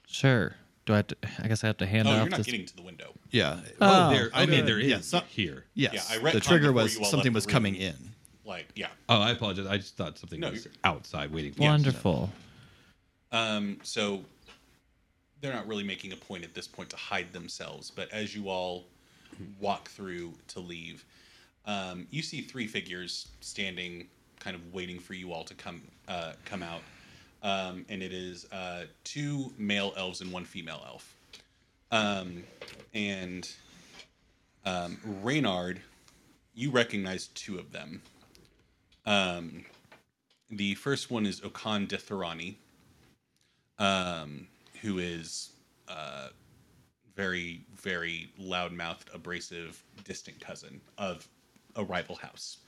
[SPEAKER 8] Sure. Do I? Have to, I guess I have to hand
[SPEAKER 1] Oh,
[SPEAKER 8] off
[SPEAKER 1] you're not
[SPEAKER 8] this.
[SPEAKER 1] getting to the window.
[SPEAKER 4] Yeah.
[SPEAKER 8] Oh,
[SPEAKER 7] there. I mean, there is
[SPEAKER 4] Yeah, so-
[SPEAKER 7] here.
[SPEAKER 4] yes.
[SPEAKER 1] yeah, I
[SPEAKER 4] the
[SPEAKER 1] retconned
[SPEAKER 4] trigger
[SPEAKER 1] before
[SPEAKER 4] was
[SPEAKER 1] you all
[SPEAKER 4] something
[SPEAKER 1] left
[SPEAKER 4] was
[SPEAKER 1] the
[SPEAKER 4] coming
[SPEAKER 1] room.
[SPEAKER 4] in.
[SPEAKER 1] Like, yeah.
[SPEAKER 7] Oh, I apologize. I just thought something
[SPEAKER 1] No,
[SPEAKER 7] was
[SPEAKER 1] you're-
[SPEAKER 7] outside waiting. for us.
[SPEAKER 8] Wonderful.
[SPEAKER 1] Um, so they're not really making a point at this point to hide themselves, but as you all walk through to leave, um, you see three figures standing, kind of waiting for you all to come uh, come out, um, and it is uh, two male elves and one female elf, um, and um, Reynard, you recognize two of them. Um, the first one is Okan Detharani um, who is uh, very, very loudmouthed, abrasive, distant cousin of a rival house.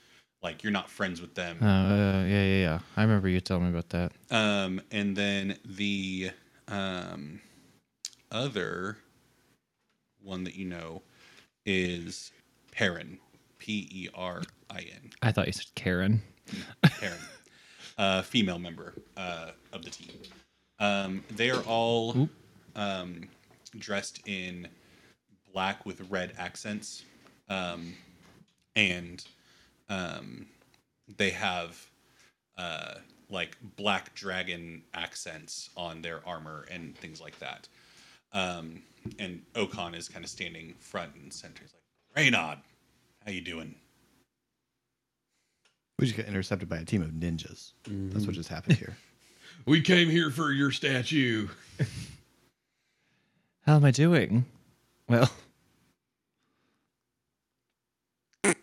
[SPEAKER 1] Like you're not friends with them.
[SPEAKER 8] Oh, uh, yeah, yeah, yeah. I remember you telling me about that.
[SPEAKER 1] Um, and then the um, other one that you know is Perrin, P E R I N,
[SPEAKER 8] I thought you said Karen.
[SPEAKER 1] Perrin, uh, female member uh, of the team. Um, they are all um, dressed in black with red accents, um, and um, they have uh, like black dragon accents on their armor and things like that. Um, and Okan is kind of standing front and center. He's like, Reynod, how you doing?
[SPEAKER 4] We just got intercepted by a team of ninjas. That's what just happened here.
[SPEAKER 7] We came here for your statue.
[SPEAKER 8] How am I doing? Well,
[SPEAKER 1] Hey,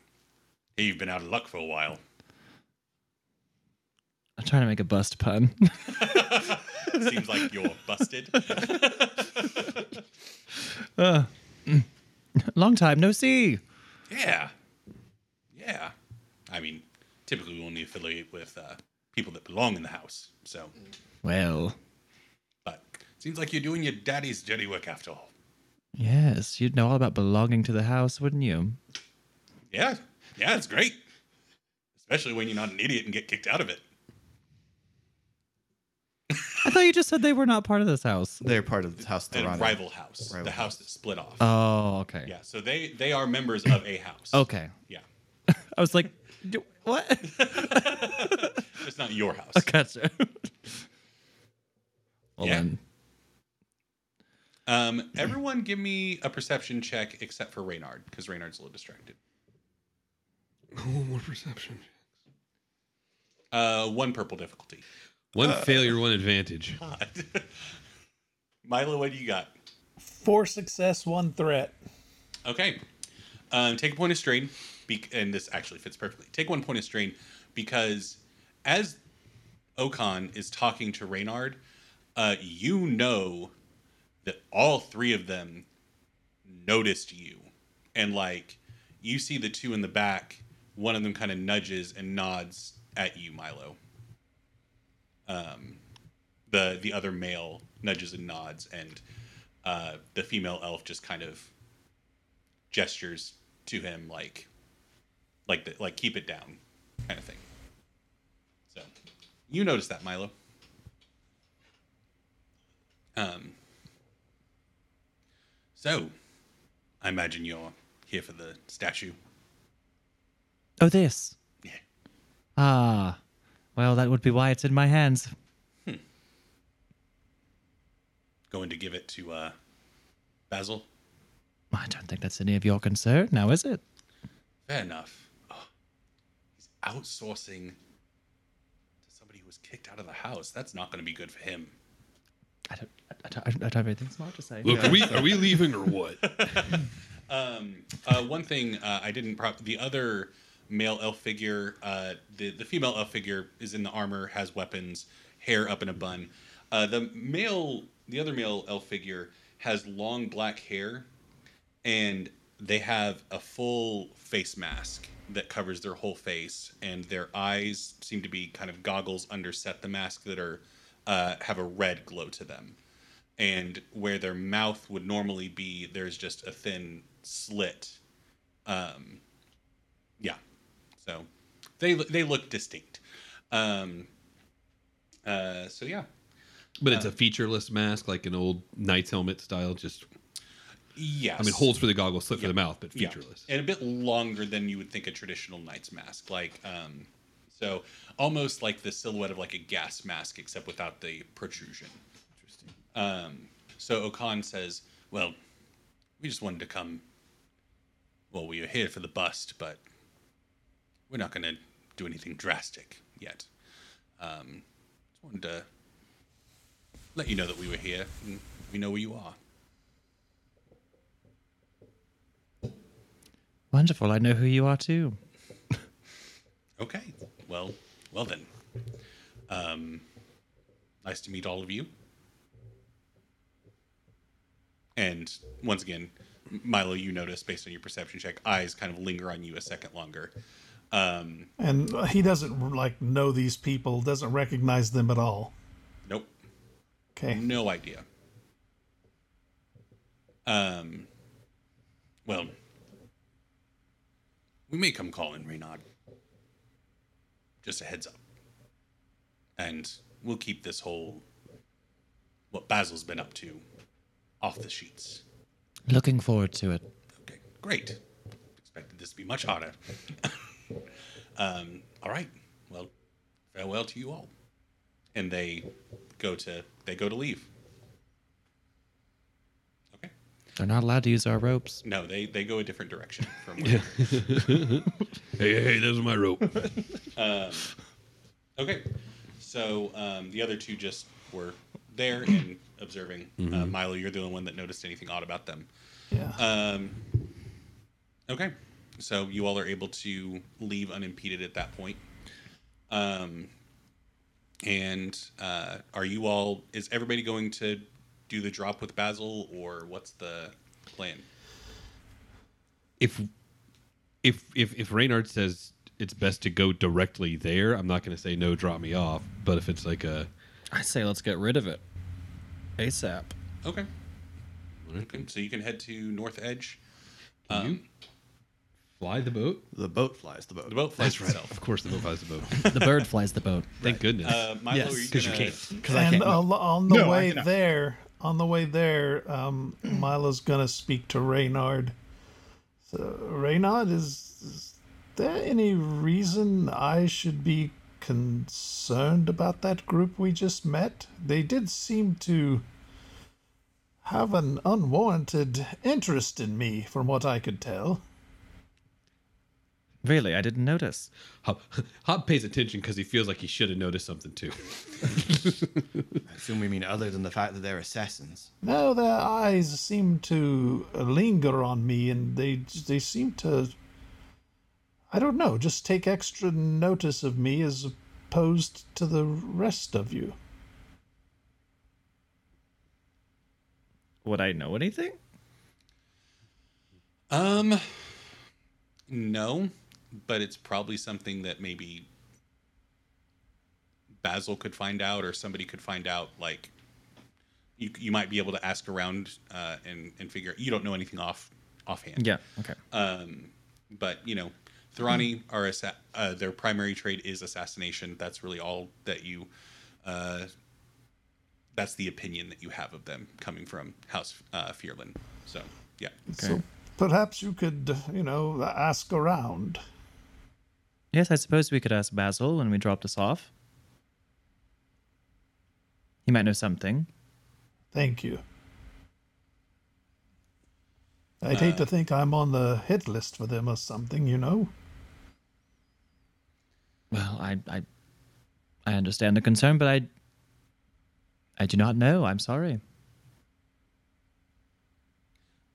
[SPEAKER 1] you've been out of luck for a while.
[SPEAKER 8] I'm trying to make a bust pun.
[SPEAKER 1] Seems like you're busted.
[SPEAKER 8] uh, mm. long time no see.
[SPEAKER 1] Yeah. Yeah. I mean, typically we only affiliate with uh, people that belong in the house. So,
[SPEAKER 8] Well,
[SPEAKER 1] but seems like you're doing your daddy's dirty work after all.
[SPEAKER 8] yes, you'd know all about belonging to the house, wouldn't you?
[SPEAKER 1] Yeah. Yeah, it's great. Especially when you're not an idiot and get kicked out of it.
[SPEAKER 8] I thought you just said they were not part of this house.
[SPEAKER 4] They're part of the house.
[SPEAKER 1] The
[SPEAKER 4] Thorana.
[SPEAKER 1] rival house,
[SPEAKER 4] Rival
[SPEAKER 1] the house that split off.
[SPEAKER 8] Oh, okay.
[SPEAKER 1] yeah. So they they are members of a house.
[SPEAKER 8] Okay.
[SPEAKER 1] Yeah.
[SPEAKER 8] I was like, D- what?
[SPEAKER 1] It's not your house.
[SPEAKER 8] gotcha. well,
[SPEAKER 1] Yeah.
[SPEAKER 8] then.
[SPEAKER 1] Um, everyone, give me a perception check except for Reynard because Reynard's a little distracted.
[SPEAKER 7] Oh, more perception.
[SPEAKER 1] Uh, one purple difficulty.
[SPEAKER 7] One failure, one advantage.
[SPEAKER 1] Milo, what do you got?
[SPEAKER 6] Four success, one threat.
[SPEAKER 1] Okay. Um, take a point of strain, be- and this actually fits perfectly. Take one point of strain because as Okan is talking to Reynard, uh, you know that all three of them noticed you. And like you see the two in the back, one of them kind of nudges and nods at you, Milo. Um, the the other male nudges and nods, and uh, the female elf just kind of gestures to him like like the, like keep it down kind of thing so you notice that milo um so i imagine you're here for the statue
[SPEAKER 8] Oh, this.
[SPEAKER 1] yeah
[SPEAKER 8] Ah, well, that would be why it's in my hands.
[SPEAKER 1] going to give it to uh basil
[SPEAKER 8] I don't think that's any of your concern now, is it?
[SPEAKER 1] fair enough oh, he's outsourcing to somebody who was kicked out of the house that's not going to be good for him
[SPEAKER 8] I don't. I don't, I don't have anything smart to say.
[SPEAKER 7] Look, are we are we leaving or what?
[SPEAKER 1] Um, uh, one thing uh, I didn't prop the other male elf figure. Uh, the the female elf figure is in the armor, has weapons, hair up in a bun. Uh, the male, the other male elf figure has long black hair, and they have a full face mask that covers their whole face, and their eyes seem to be kind of goggles underset the mask that are uh, have a red glow to them. And where their mouth would normally be, there's just a thin slit. Um, yeah. So they they look distinct. Um, uh, so yeah.
[SPEAKER 9] But it's a featureless mask, like an old knight's helmet style. Just,
[SPEAKER 1] Yes.
[SPEAKER 9] I mean, holes for the goggles, slit for the mouth, but
[SPEAKER 1] Yeah.
[SPEAKER 9] featureless.
[SPEAKER 1] and a bit longer than you would think a traditional knight's mask like um so almost like the silhouette of like a gas mask except without the protrusion interesting um so okan says well we just wanted to come well we are here for the bust but we're not going to do anything drastic yet um just wanted to let you know that we were here and we know where you are
[SPEAKER 8] Wonderful. I know who you are too.
[SPEAKER 1] Okay. Well, well then. Um, nice to meet all of you. And once again, M- Milo, you notice based on your perception check, eyes kind of linger on you a second longer. Um,
[SPEAKER 6] And uh, he doesn't like know these people, doesn't recognize them at all.
[SPEAKER 1] nope,
[SPEAKER 6] Okay.
[SPEAKER 1] no idea. Um, well, we may come calling Reynard. Just a heads up. And we'll keep this whole what Basil's been up to off the sheets.
[SPEAKER 8] Looking forward to it.
[SPEAKER 1] Okay, great. Expected this to be much harder. um, all right. Well, farewell to you all. And they go to they go to leave. Okay.
[SPEAKER 8] They're not allowed to use our ropes.
[SPEAKER 1] No, they they go a different direction from where.
[SPEAKER 7] Hey, hey, hey, those are my rope.
[SPEAKER 1] Okay. So um, the other two just were there and observing. Uh, Milo, you're the only one that noticed anything odd about them.
[SPEAKER 6] Yeah.
[SPEAKER 1] Um, okay. So you all are able to leave unimpeded at that point. Um, and uh, are you all, is everybody going to do the drop with Basil or what's the plan?
[SPEAKER 9] If, if, if, if Reynard says it's best to go directly there, I'm not going to say no, drop me off. But if it's like a,
[SPEAKER 8] I say let's get rid of it. ASAP.
[SPEAKER 1] Okay. okay. So you can head to North Edge.
[SPEAKER 9] can you fly the boat?
[SPEAKER 4] The boat flies the boat.
[SPEAKER 1] The boat flies itself.
[SPEAKER 9] Of course, the boat flies the boat.
[SPEAKER 8] The bird flies the boat.
[SPEAKER 9] Thank goodness.
[SPEAKER 1] Uh, Milo,
[SPEAKER 4] Yes,
[SPEAKER 1] are you
[SPEAKER 4] 'cause you
[SPEAKER 1] gonna-
[SPEAKER 4] can't. Because I
[SPEAKER 6] And
[SPEAKER 4] can't.
[SPEAKER 6] al- on the
[SPEAKER 1] No, I
[SPEAKER 6] way
[SPEAKER 1] cannot.
[SPEAKER 6] there, on the way there, um, Milo's gonna speak to Reynard. So, Reynard, is, is there any reason I should be concerned about that group we just met? They did seem to have an unwarranted interest in me, from what I could tell.
[SPEAKER 8] Really, I didn't notice.
[SPEAKER 9] Hop, Hop pays attention because he feels like he should have noticed something too.
[SPEAKER 4] I assume we mean other than the fact that they're assassins.
[SPEAKER 6] No, their eyes seem to linger on me, and they they seem to. I don't know, just take extra notice of me as opposed to the rest of you.
[SPEAKER 8] Would I know anything?
[SPEAKER 1] Um, no, but it's probably something that maybe Basil could find out, or somebody could find out. Like, you you might be able to ask around uh, and and figure. You don't know anything off offhand.
[SPEAKER 8] Yeah. Okay.
[SPEAKER 1] Um, but you know, Thorani are assa- uh, their primary trade is assassination. That's really all that you. Uh, that's the opinion that you have of them coming from House uh, Fearlin. So yeah.
[SPEAKER 6] So perhaps you could, you know, ask around.
[SPEAKER 8] Yes, I suppose we could ask Basil when we dropped us off. He might know something.
[SPEAKER 6] Thank you. I'd
[SPEAKER 1] Uh,
[SPEAKER 6] hate to think I'm on the hit list for them or something, you know?
[SPEAKER 8] Well, I, I, I understand the concern, but I, I do not know. I'm sorry.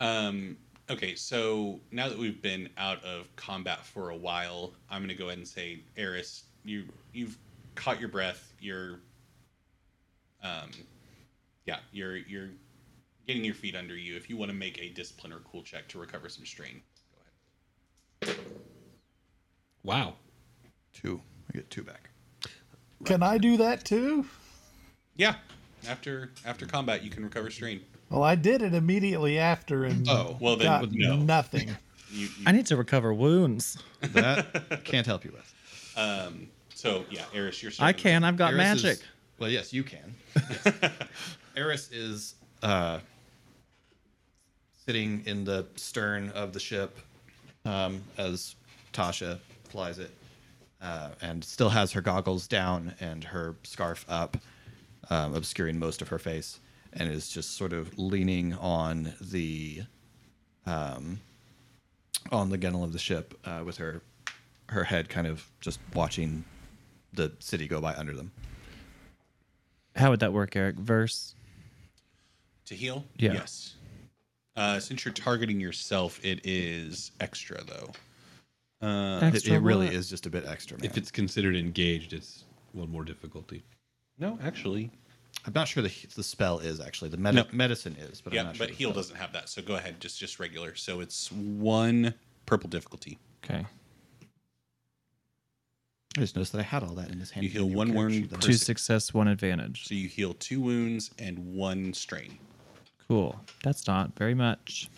[SPEAKER 1] Um, okay, so now that we've been out of combat for a while, I'm going to go ahead and say, Eris, you you've caught your breath. You're, um, yeah, you're you're getting your feet under you. If you want to make a discipline or cool check to recover some strain, go ahead.
[SPEAKER 9] Wow.
[SPEAKER 4] Two. I get two back.
[SPEAKER 6] Can I do that too?
[SPEAKER 1] Yeah. After after combat, you can recover strain.
[SPEAKER 6] Well, I did it immediately after and
[SPEAKER 1] Oh, well then,
[SPEAKER 6] got
[SPEAKER 1] no.
[SPEAKER 6] nothing.
[SPEAKER 1] You, you,
[SPEAKER 8] I need to recover wounds.
[SPEAKER 4] That can't help you with.
[SPEAKER 1] um, so yeah, Eris, you're.
[SPEAKER 8] I
[SPEAKER 1] starting.
[SPEAKER 8] can. I've got
[SPEAKER 4] Eris is-
[SPEAKER 8] magic.
[SPEAKER 4] well, yes, you can. Eris is uh, sitting in the stern of the ship um, as Tasha flies it, uh, and still has her goggles down and her scarf up, um, obscuring most of her face, and is just sort of leaning on the um, on the gunwale of the ship uh, with her her head kind of just watching the city go by under them.
[SPEAKER 8] How would that work, Eric? Verse.
[SPEAKER 1] To heal?
[SPEAKER 8] Yeah.
[SPEAKER 1] Yes. Uh, since you're targeting yourself, it is extra though. Uh,
[SPEAKER 4] It, it really is just a bit extra. Man.
[SPEAKER 9] If it's considered engaged, it's one more difficulty.
[SPEAKER 1] No, actually.
[SPEAKER 4] I'm not sure the the spell is actually the medi-
[SPEAKER 1] No.
[SPEAKER 4] medicine is, but I'm
[SPEAKER 1] Yeah,
[SPEAKER 4] not sure
[SPEAKER 1] but
[SPEAKER 4] the
[SPEAKER 1] heal
[SPEAKER 4] spell.
[SPEAKER 1] doesn't have that, so go ahead, just just regular. So it's one purple difficulty.
[SPEAKER 8] Okay.
[SPEAKER 4] I just noticed that I had all that in his hand.
[SPEAKER 1] You heal one
[SPEAKER 4] character
[SPEAKER 1] wound
[SPEAKER 4] that-
[SPEAKER 1] per
[SPEAKER 8] Two success, one advantage.
[SPEAKER 1] So you heal two wounds and one strain.
[SPEAKER 8] Cool. That's not very much.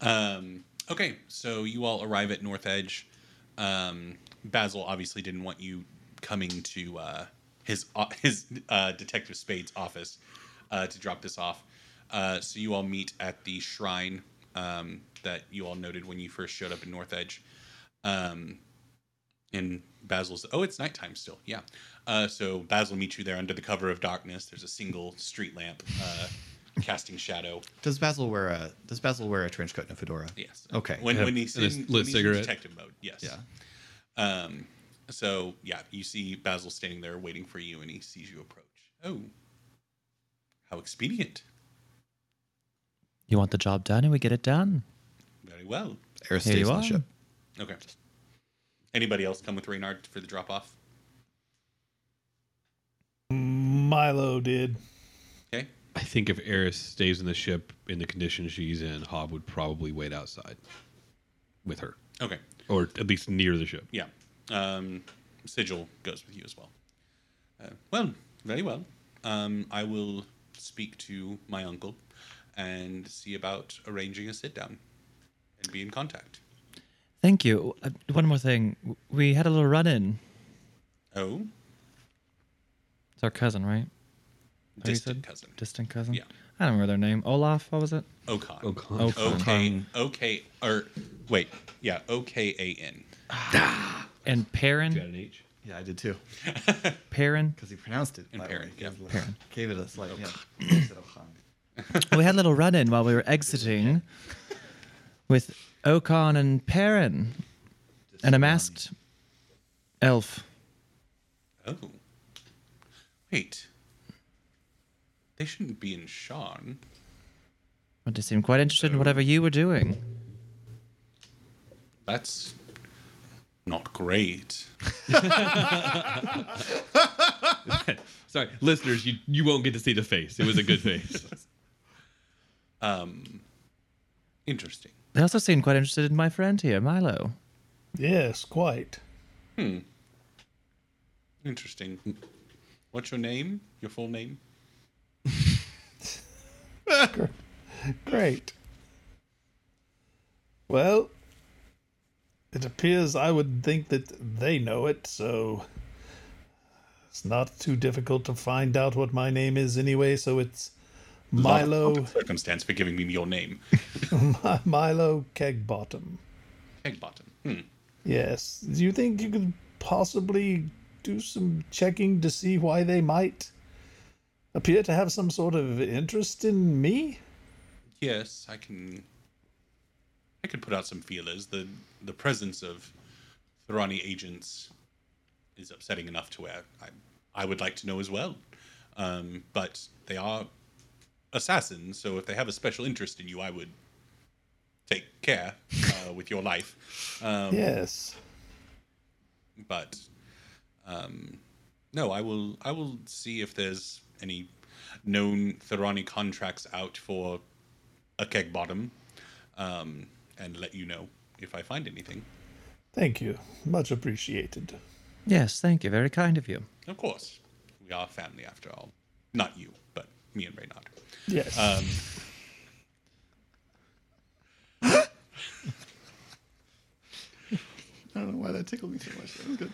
[SPEAKER 1] Um, okay, so you all arrive at North Edge. Um, Basil obviously didn't want you coming to uh, his o his uh, detective Spade's office uh, to drop this off. Uh, so you all meet at the shrine um, that you all noted when you first showed up in North Edge. Um, and Basil's, oh, it's nighttime still. Yeah. Uh, so Basil meets you there under the cover of darkness. There's a single street lamp uh, casting shadow.
[SPEAKER 4] Does Basil wear a Does Basil wear a trench coat and a fedora?
[SPEAKER 1] Yes.
[SPEAKER 4] Okay.
[SPEAKER 1] When,
[SPEAKER 9] Yeah.
[SPEAKER 1] when he's
[SPEAKER 9] And a
[SPEAKER 1] in,
[SPEAKER 9] lit
[SPEAKER 1] when he's in
[SPEAKER 9] cigarette.
[SPEAKER 1] detective mode, yes.
[SPEAKER 4] Yeah.
[SPEAKER 1] Um, so yeah, you see Basil standing there waiting for you, and he sees you approach. Oh, how expedient!
[SPEAKER 8] You want the job done, and we get it done.
[SPEAKER 1] Very well.
[SPEAKER 4] Aerith
[SPEAKER 8] Here
[SPEAKER 4] stays
[SPEAKER 8] you
[SPEAKER 4] on
[SPEAKER 8] are.
[SPEAKER 4] the ship.
[SPEAKER 1] Okay. Anybody else come with Reynard for the drop off?
[SPEAKER 6] Milo did.
[SPEAKER 1] Okay.
[SPEAKER 9] I think if Eris stays in the ship in the condition she's in, Hob would probably wait outside with her,
[SPEAKER 1] Okay.
[SPEAKER 9] or at least near the ship.
[SPEAKER 1] Yeah. Um, Sigil goes with you as well. Uh, well, very well. Um, I will speak to my uncle and see about arranging a sit down and be in contact.
[SPEAKER 8] Thank you. Uh, one more thing. W- We had a little run in.
[SPEAKER 1] Oh,
[SPEAKER 8] It's our cousin, right? Have you
[SPEAKER 1] distant
[SPEAKER 8] said-
[SPEAKER 1] cousin.
[SPEAKER 8] Distant cousin?
[SPEAKER 1] Yeah.
[SPEAKER 8] I don't remember their name. Olaf, what was it?
[SPEAKER 1] Ocon.
[SPEAKER 9] Ocon.
[SPEAKER 1] Okay. Okay. Or wait. Yeah. O K A N.
[SPEAKER 8] And Perrin.
[SPEAKER 9] an H.
[SPEAKER 4] Yeah, I did too.
[SPEAKER 8] Perrin.
[SPEAKER 4] Because he pronounced it. that
[SPEAKER 1] Perrin,
[SPEAKER 4] way.
[SPEAKER 1] yeah.
[SPEAKER 4] Gave it a- Gave it a slight. yeah. "Oh, Instead of Khan.
[SPEAKER 8] we had a little run in while we were exiting with Okan and Perrin and a masked elf.
[SPEAKER 1] Oh. Wait. They shouldn't be in Sean.
[SPEAKER 8] But they seemed quite interested in whatever you were doing.
[SPEAKER 1] That's not great.
[SPEAKER 9] Sorry, listeners, you you won't get to see the face. It was a good face.
[SPEAKER 1] Interesting.
[SPEAKER 8] They also seemed quite interested in my friend here, Milo.
[SPEAKER 6] Yes, quite.
[SPEAKER 1] Interesting. What's your name? Your full name?
[SPEAKER 6] Great. Well, it appears I would think that they know it, so it's not too difficult to find out what my name is anyway, so it's Milo
[SPEAKER 1] Circumstance for giving me your name.
[SPEAKER 6] Milo Kegbottom.
[SPEAKER 1] Pegbottom. Hmm.
[SPEAKER 6] Yes. Do you think you could possibly do some checking to see why they might appear to have some sort of interest in me?
[SPEAKER 1] Yes, I can. I could put out some feelers. the The presence of Thorani agents is upsetting enough to where I, I would like to know as well. Um, but they are assassins, so if they have a special interest in you, I would take care uh, with your life. Um,
[SPEAKER 6] Yes.
[SPEAKER 1] But um, no, I will. I will see if there's any known Thorani contracts out for a keg bottom, um, and let you know if I find anything.
[SPEAKER 6] Thank you. Much appreciated.
[SPEAKER 8] Yes, thank you. Very kind of you.
[SPEAKER 1] Of course, We are family after all. Not you, but me and Reynard.
[SPEAKER 6] Yes.
[SPEAKER 4] I don't know why that tickled me so much. That was good.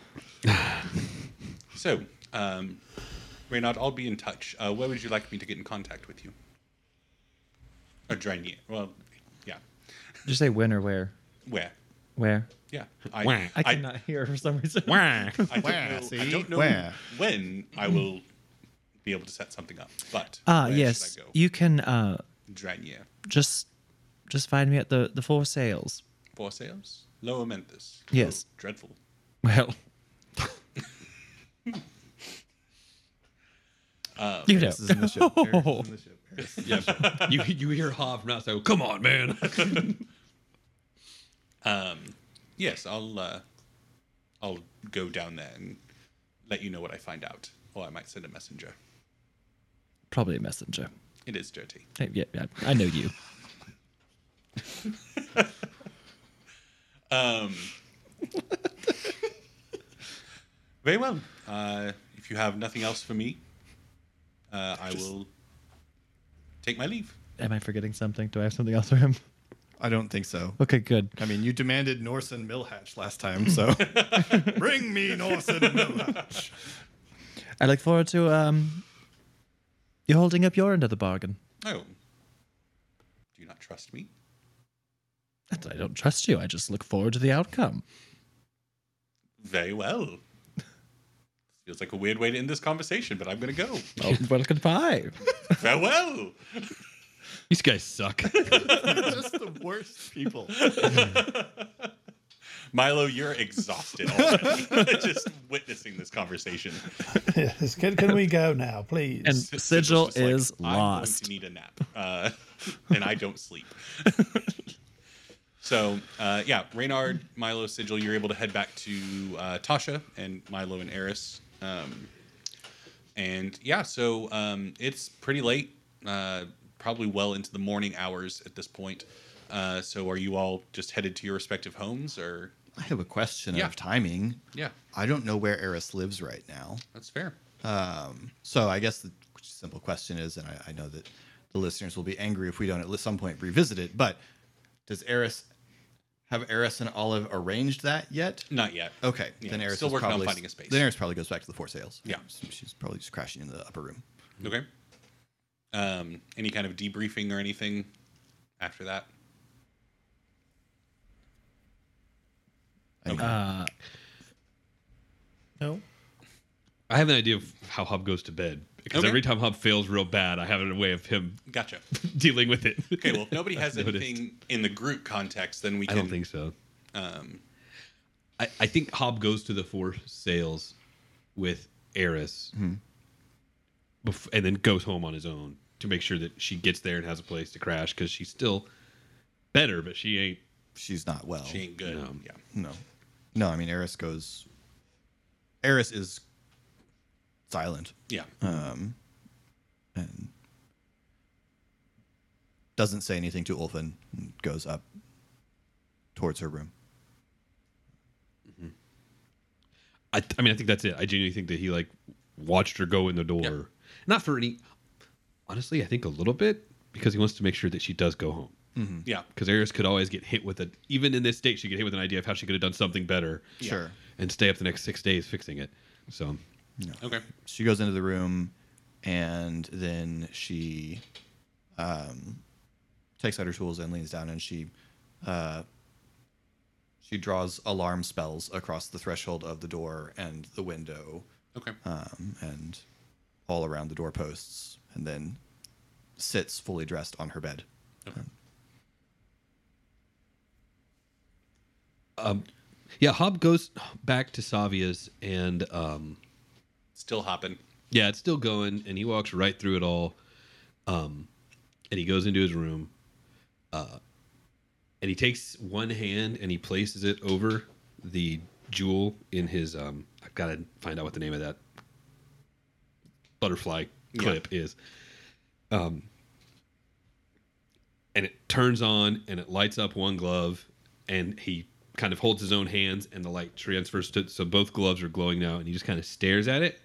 [SPEAKER 1] So, um, Reynard, I'll be in touch. Uh, where would you like me to get in contact with you? Or Drainier. Well, yeah.
[SPEAKER 8] Just say when or where.
[SPEAKER 1] Where?
[SPEAKER 8] Where?
[SPEAKER 1] Yeah.
[SPEAKER 10] Wah.
[SPEAKER 8] I cannot hear for some reason.
[SPEAKER 10] Wah.
[SPEAKER 1] I don't
[SPEAKER 4] Where,
[SPEAKER 1] know, I
[SPEAKER 4] see?
[SPEAKER 1] don't know
[SPEAKER 4] Where?
[SPEAKER 1] when I will be able to set something up, but
[SPEAKER 8] Ah,
[SPEAKER 1] where
[SPEAKER 8] yes.
[SPEAKER 1] should I go?
[SPEAKER 8] You can uh,
[SPEAKER 1] Drainier.
[SPEAKER 8] just just find me at the the four sales.
[SPEAKER 1] For sales? Lower Memphis.
[SPEAKER 8] Yes.
[SPEAKER 1] Oh, dreadful.
[SPEAKER 8] Well, you know.
[SPEAKER 4] This is in the show. Eric, this is in the show. Eric.
[SPEAKER 7] you you hear Ha from outside. go, Come on, man.
[SPEAKER 1] Yes, I'll uh, I'll go down there and let you know what I find out. Or I might send a messenger.
[SPEAKER 8] Probably a messenger.
[SPEAKER 1] It is dirty.
[SPEAKER 8] Hey, Yeah, yeah, I know you.
[SPEAKER 1] Um, Very well. Uh, if you have nothing else for me, uh, I will take my leave.
[SPEAKER 8] Am I forgetting something? Do I have something else for him?
[SPEAKER 4] I don't think so.
[SPEAKER 8] Okay, good.
[SPEAKER 4] I mean, you demanded Norse and Millhatch last time, so bring me Norse and Millhatch.
[SPEAKER 8] I look forward to um, you holding up your end of the bargain.
[SPEAKER 1] Oh. Do you not trust me?
[SPEAKER 8] Not that I don't trust you. I just look forward to the outcome.
[SPEAKER 1] Very well. Feels like a weird way to end this conversation, but I'm going to go. Oh,
[SPEAKER 8] Well, well goodbye.
[SPEAKER 1] Farewell.
[SPEAKER 7] These guys suck.
[SPEAKER 4] Just the worst people.
[SPEAKER 1] Milo, you're exhausted already just witnessing this conversation.
[SPEAKER 6] Yes. Can, can we go now, please?
[SPEAKER 8] And
[SPEAKER 1] Sigil's
[SPEAKER 8] sigil
[SPEAKER 1] just like,
[SPEAKER 8] is
[SPEAKER 1] I'm
[SPEAKER 8] lost.
[SPEAKER 1] going to need a nap, uh, and I don't sleep. so uh, yeah, Reynard, Milo, Sigil, you're able to head back to uh, Tasha and Milo and Eris. Um, and yeah, so um, it's pretty late, uh, probably well into the morning hours at this point. Uh, so are you all just headed to your respective homes, or
[SPEAKER 4] I have a question
[SPEAKER 1] Yeah.
[SPEAKER 4] of timing.
[SPEAKER 1] yeah,
[SPEAKER 4] I don't know where Eris lives right now.
[SPEAKER 1] that's fair.
[SPEAKER 4] So I guess the simple question is, and I, I know that the listeners will be angry if we don't at some point revisit it, but does Eris have Eris and Olive arranged that yet?
[SPEAKER 1] Not yet.
[SPEAKER 4] Okay,
[SPEAKER 1] Yeah,
[SPEAKER 4] then Eris
[SPEAKER 1] still
[SPEAKER 4] is
[SPEAKER 1] working on
[SPEAKER 4] probably,
[SPEAKER 1] finding a space.
[SPEAKER 4] Then Eris probably goes back to the four sales.
[SPEAKER 1] Yeah.
[SPEAKER 4] she's probably just crashing in the upper room.
[SPEAKER 1] Okay. Um, any kind of debriefing or anything after that?
[SPEAKER 6] no.
[SPEAKER 7] I have an idea of how Hub goes to bed because
[SPEAKER 1] Okay.
[SPEAKER 7] every time Hub fails real bad, I have a way of him
[SPEAKER 1] Gotcha.
[SPEAKER 7] dealing with it.
[SPEAKER 1] Okay, well, if nobody has
[SPEAKER 7] I've noticed.
[SPEAKER 1] anything in the group context, then we
[SPEAKER 7] I
[SPEAKER 1] can.
[SPEAKER 7] don't think so. Um, I, I think Hob goes to the four sales with Eris,
[SPEAKER 1] Hmm.
[SPEAKER 7] bef- and then goes home on his own to make sure that she gets there and has a place to crash because she's still better, but she ain't.
[SPEAKER 4] She's not well.
[SPEAKER 1] She ain't good. Yeah.
[SPEAKER 4] No. No, I mean Eris goes Eris is silent
[SPEAKER 1] Yeah.
[SPEAKER 4] Um, and doesn't say anything to Ulfin and goes up towards her room.
[SPEAKER 7] I, I mean, I think that's it. I genuinely think that he like watched her go in the door, not for any. Honestly, I think a little bit because he wants to make sure that she does go home.
[SPEAKER 1] yeah.
[SPEAKER 7] because Eris could always get hit with a even in this state she could get hit with an idea of how she could have done something better.
[SPEAKER 4] Sure.
[SPEAKER 7] And stay up the next six days fixing it. So
[SPEAKER 1] Okay.
[SPEAKER 4] She goes into the room and then she um, takes out her tools and leans down and she uh, she draws alarm spells across the threshold of the door and the window
[SPEAKER 1] Okay.
[SPEAKER 4] um, and all around the doorposts, and then sits fully dressed on her bed.
[SPEAKER 7] yeah, Hob goes back to Savia's and um
[SPEAKER 1] Still hopping.
[SPEAKER 7] yeah, it's still going and he walks right through it all. Um and he goes into his room. Uh and he takes one hand and he places it over the jewel in his um I've gotta find out what the name of that butterfly clip is. Um, and it turns on and it lights up one glove and he kind of holds his own hands and the light transfers to so both gloves are glowing now and he just kind of stares at it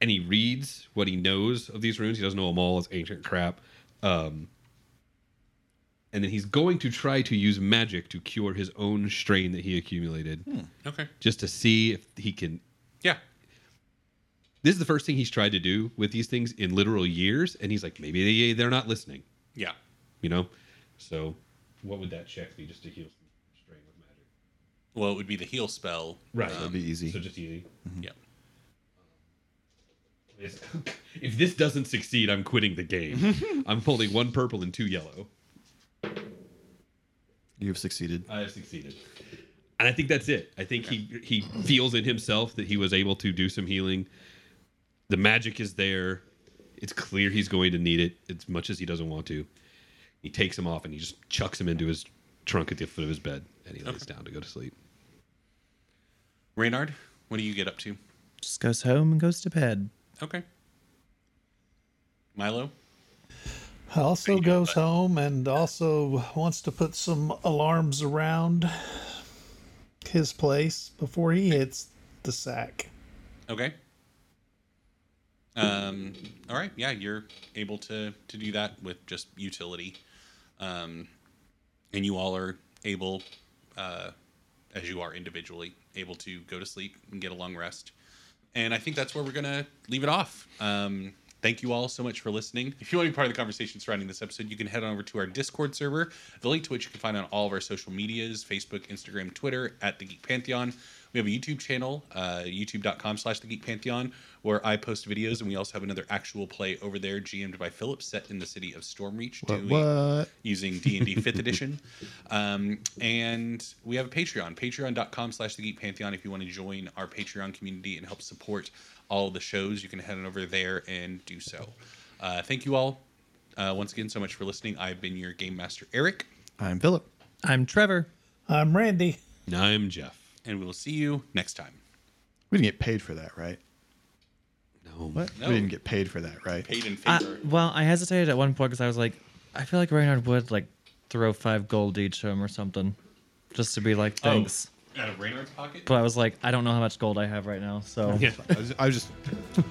[SPEAKER 7] and he reads what he knows of these runes. He doesn't know them all. It's ancient crap. Um, and then he's going to try to use magic to cure his own strain that he accumulated,
[SPEAKER 4] Hmm.
[SPEAKER 1] Okay.
[SPEAKER 7] just to see if he can.
[SPEAKER 1] Yeah.
[SPEAKER 7] This is the first thing he's tried to do with these things in literal years, and he's like, maybe they, they're not listening,
[SPEAKER 1] Yeah.
[SPEAKER 7] you know. So, what would that check be just to heal some strain with magic?
[SPEAKER 1] Well, it would be the heal spell.
[SPEAKER 7] Right.
[SPEAKER 4] That'd be easy.
[SPEAKER 7] So just easy.
[SPEAKER 1] Yeah.
[SPEAKER 7] It's- if this doesn't succeed, I'm quitting the game. I'm holding one purple and two yellow.
[SPEAKER 4] You've succeeded.
[SPEAKER 7] I have succeeded. And I think that's it. I think he he feels in himself that he was able to do some healing. The magic is there. It's clear he's going to need it as much as he doesn't want to. He takes him off and he just chucks him into his trunk at the foot of his bed and he lays down to go to sleep.
[SPEAKER 1] Reynard, what do you get up to?
[SPEAKER 8] Just goes home and goes to bed.
[SPEAKER 1] Okay. Milo?
[SPEAKER 6] Also goes home and also wants to put some alarms around his place before he hits the sack.
[SPEAKER 1] Okay. Um, all right. Yeah, you're able to to do that with just utility, um, and you all are able, uh, as you are individually, able to go to sleep and get a long rest. And I think that's where we're gonna leave it off. Um, thank you all so much for listening. If you want to be part of the conversation surrounding this episode, you can head on over to our Discord server, the link to which you can find on all of our social medias: Facebook, Instagram, Twitter, at the Geek Pantheon. We have a YouTube channel, uh, youtube.com slash the Geek Pantheon, where I post videos, and we also have another actual play over there, GM'd by Philip, set in the city of Stormreach, doing, using D&D 5th edition. Um, and we have a Patreon, patreon.com slash the Geek Pantheon. If you want to join our Patreon community and help support all the shows, you can head on over there and do so. Uh, thank you all uh, once again so much for listening. I've been your Game Master, Eric,
[SPEAKER 4] I'm Philip.
[SPEAKER 8] I'm Trevor.
[SPEAKER 6] I'm Randy.
[SPEAKER 7] Now I'm Jeff.
[SPEAKER 1] and we will see you next time.
[SPEAKER 4] We didn't get paid for that, right?
[SPEAKER 7] No.
[SPEAKER 4] What?
[SPEAKER 1] No.
[SPEAKER 4] We didn't get paid for that, right?
[SPEAKER 1] Paid in
[SPEAKER 8] I,
[SPEAKER 1] favor.
[SPEAKER 8] well, I hesitated at one point because I was like, I feel like Reynard would like throw five gold each to him or something, just to be like, thanks.
[SPEAKER 1] Out of Reynard's pocket?
[SPEAKER 8] But I was like, I don't know how much gold I have right now, so
[SPEAKER 4] I was, I was just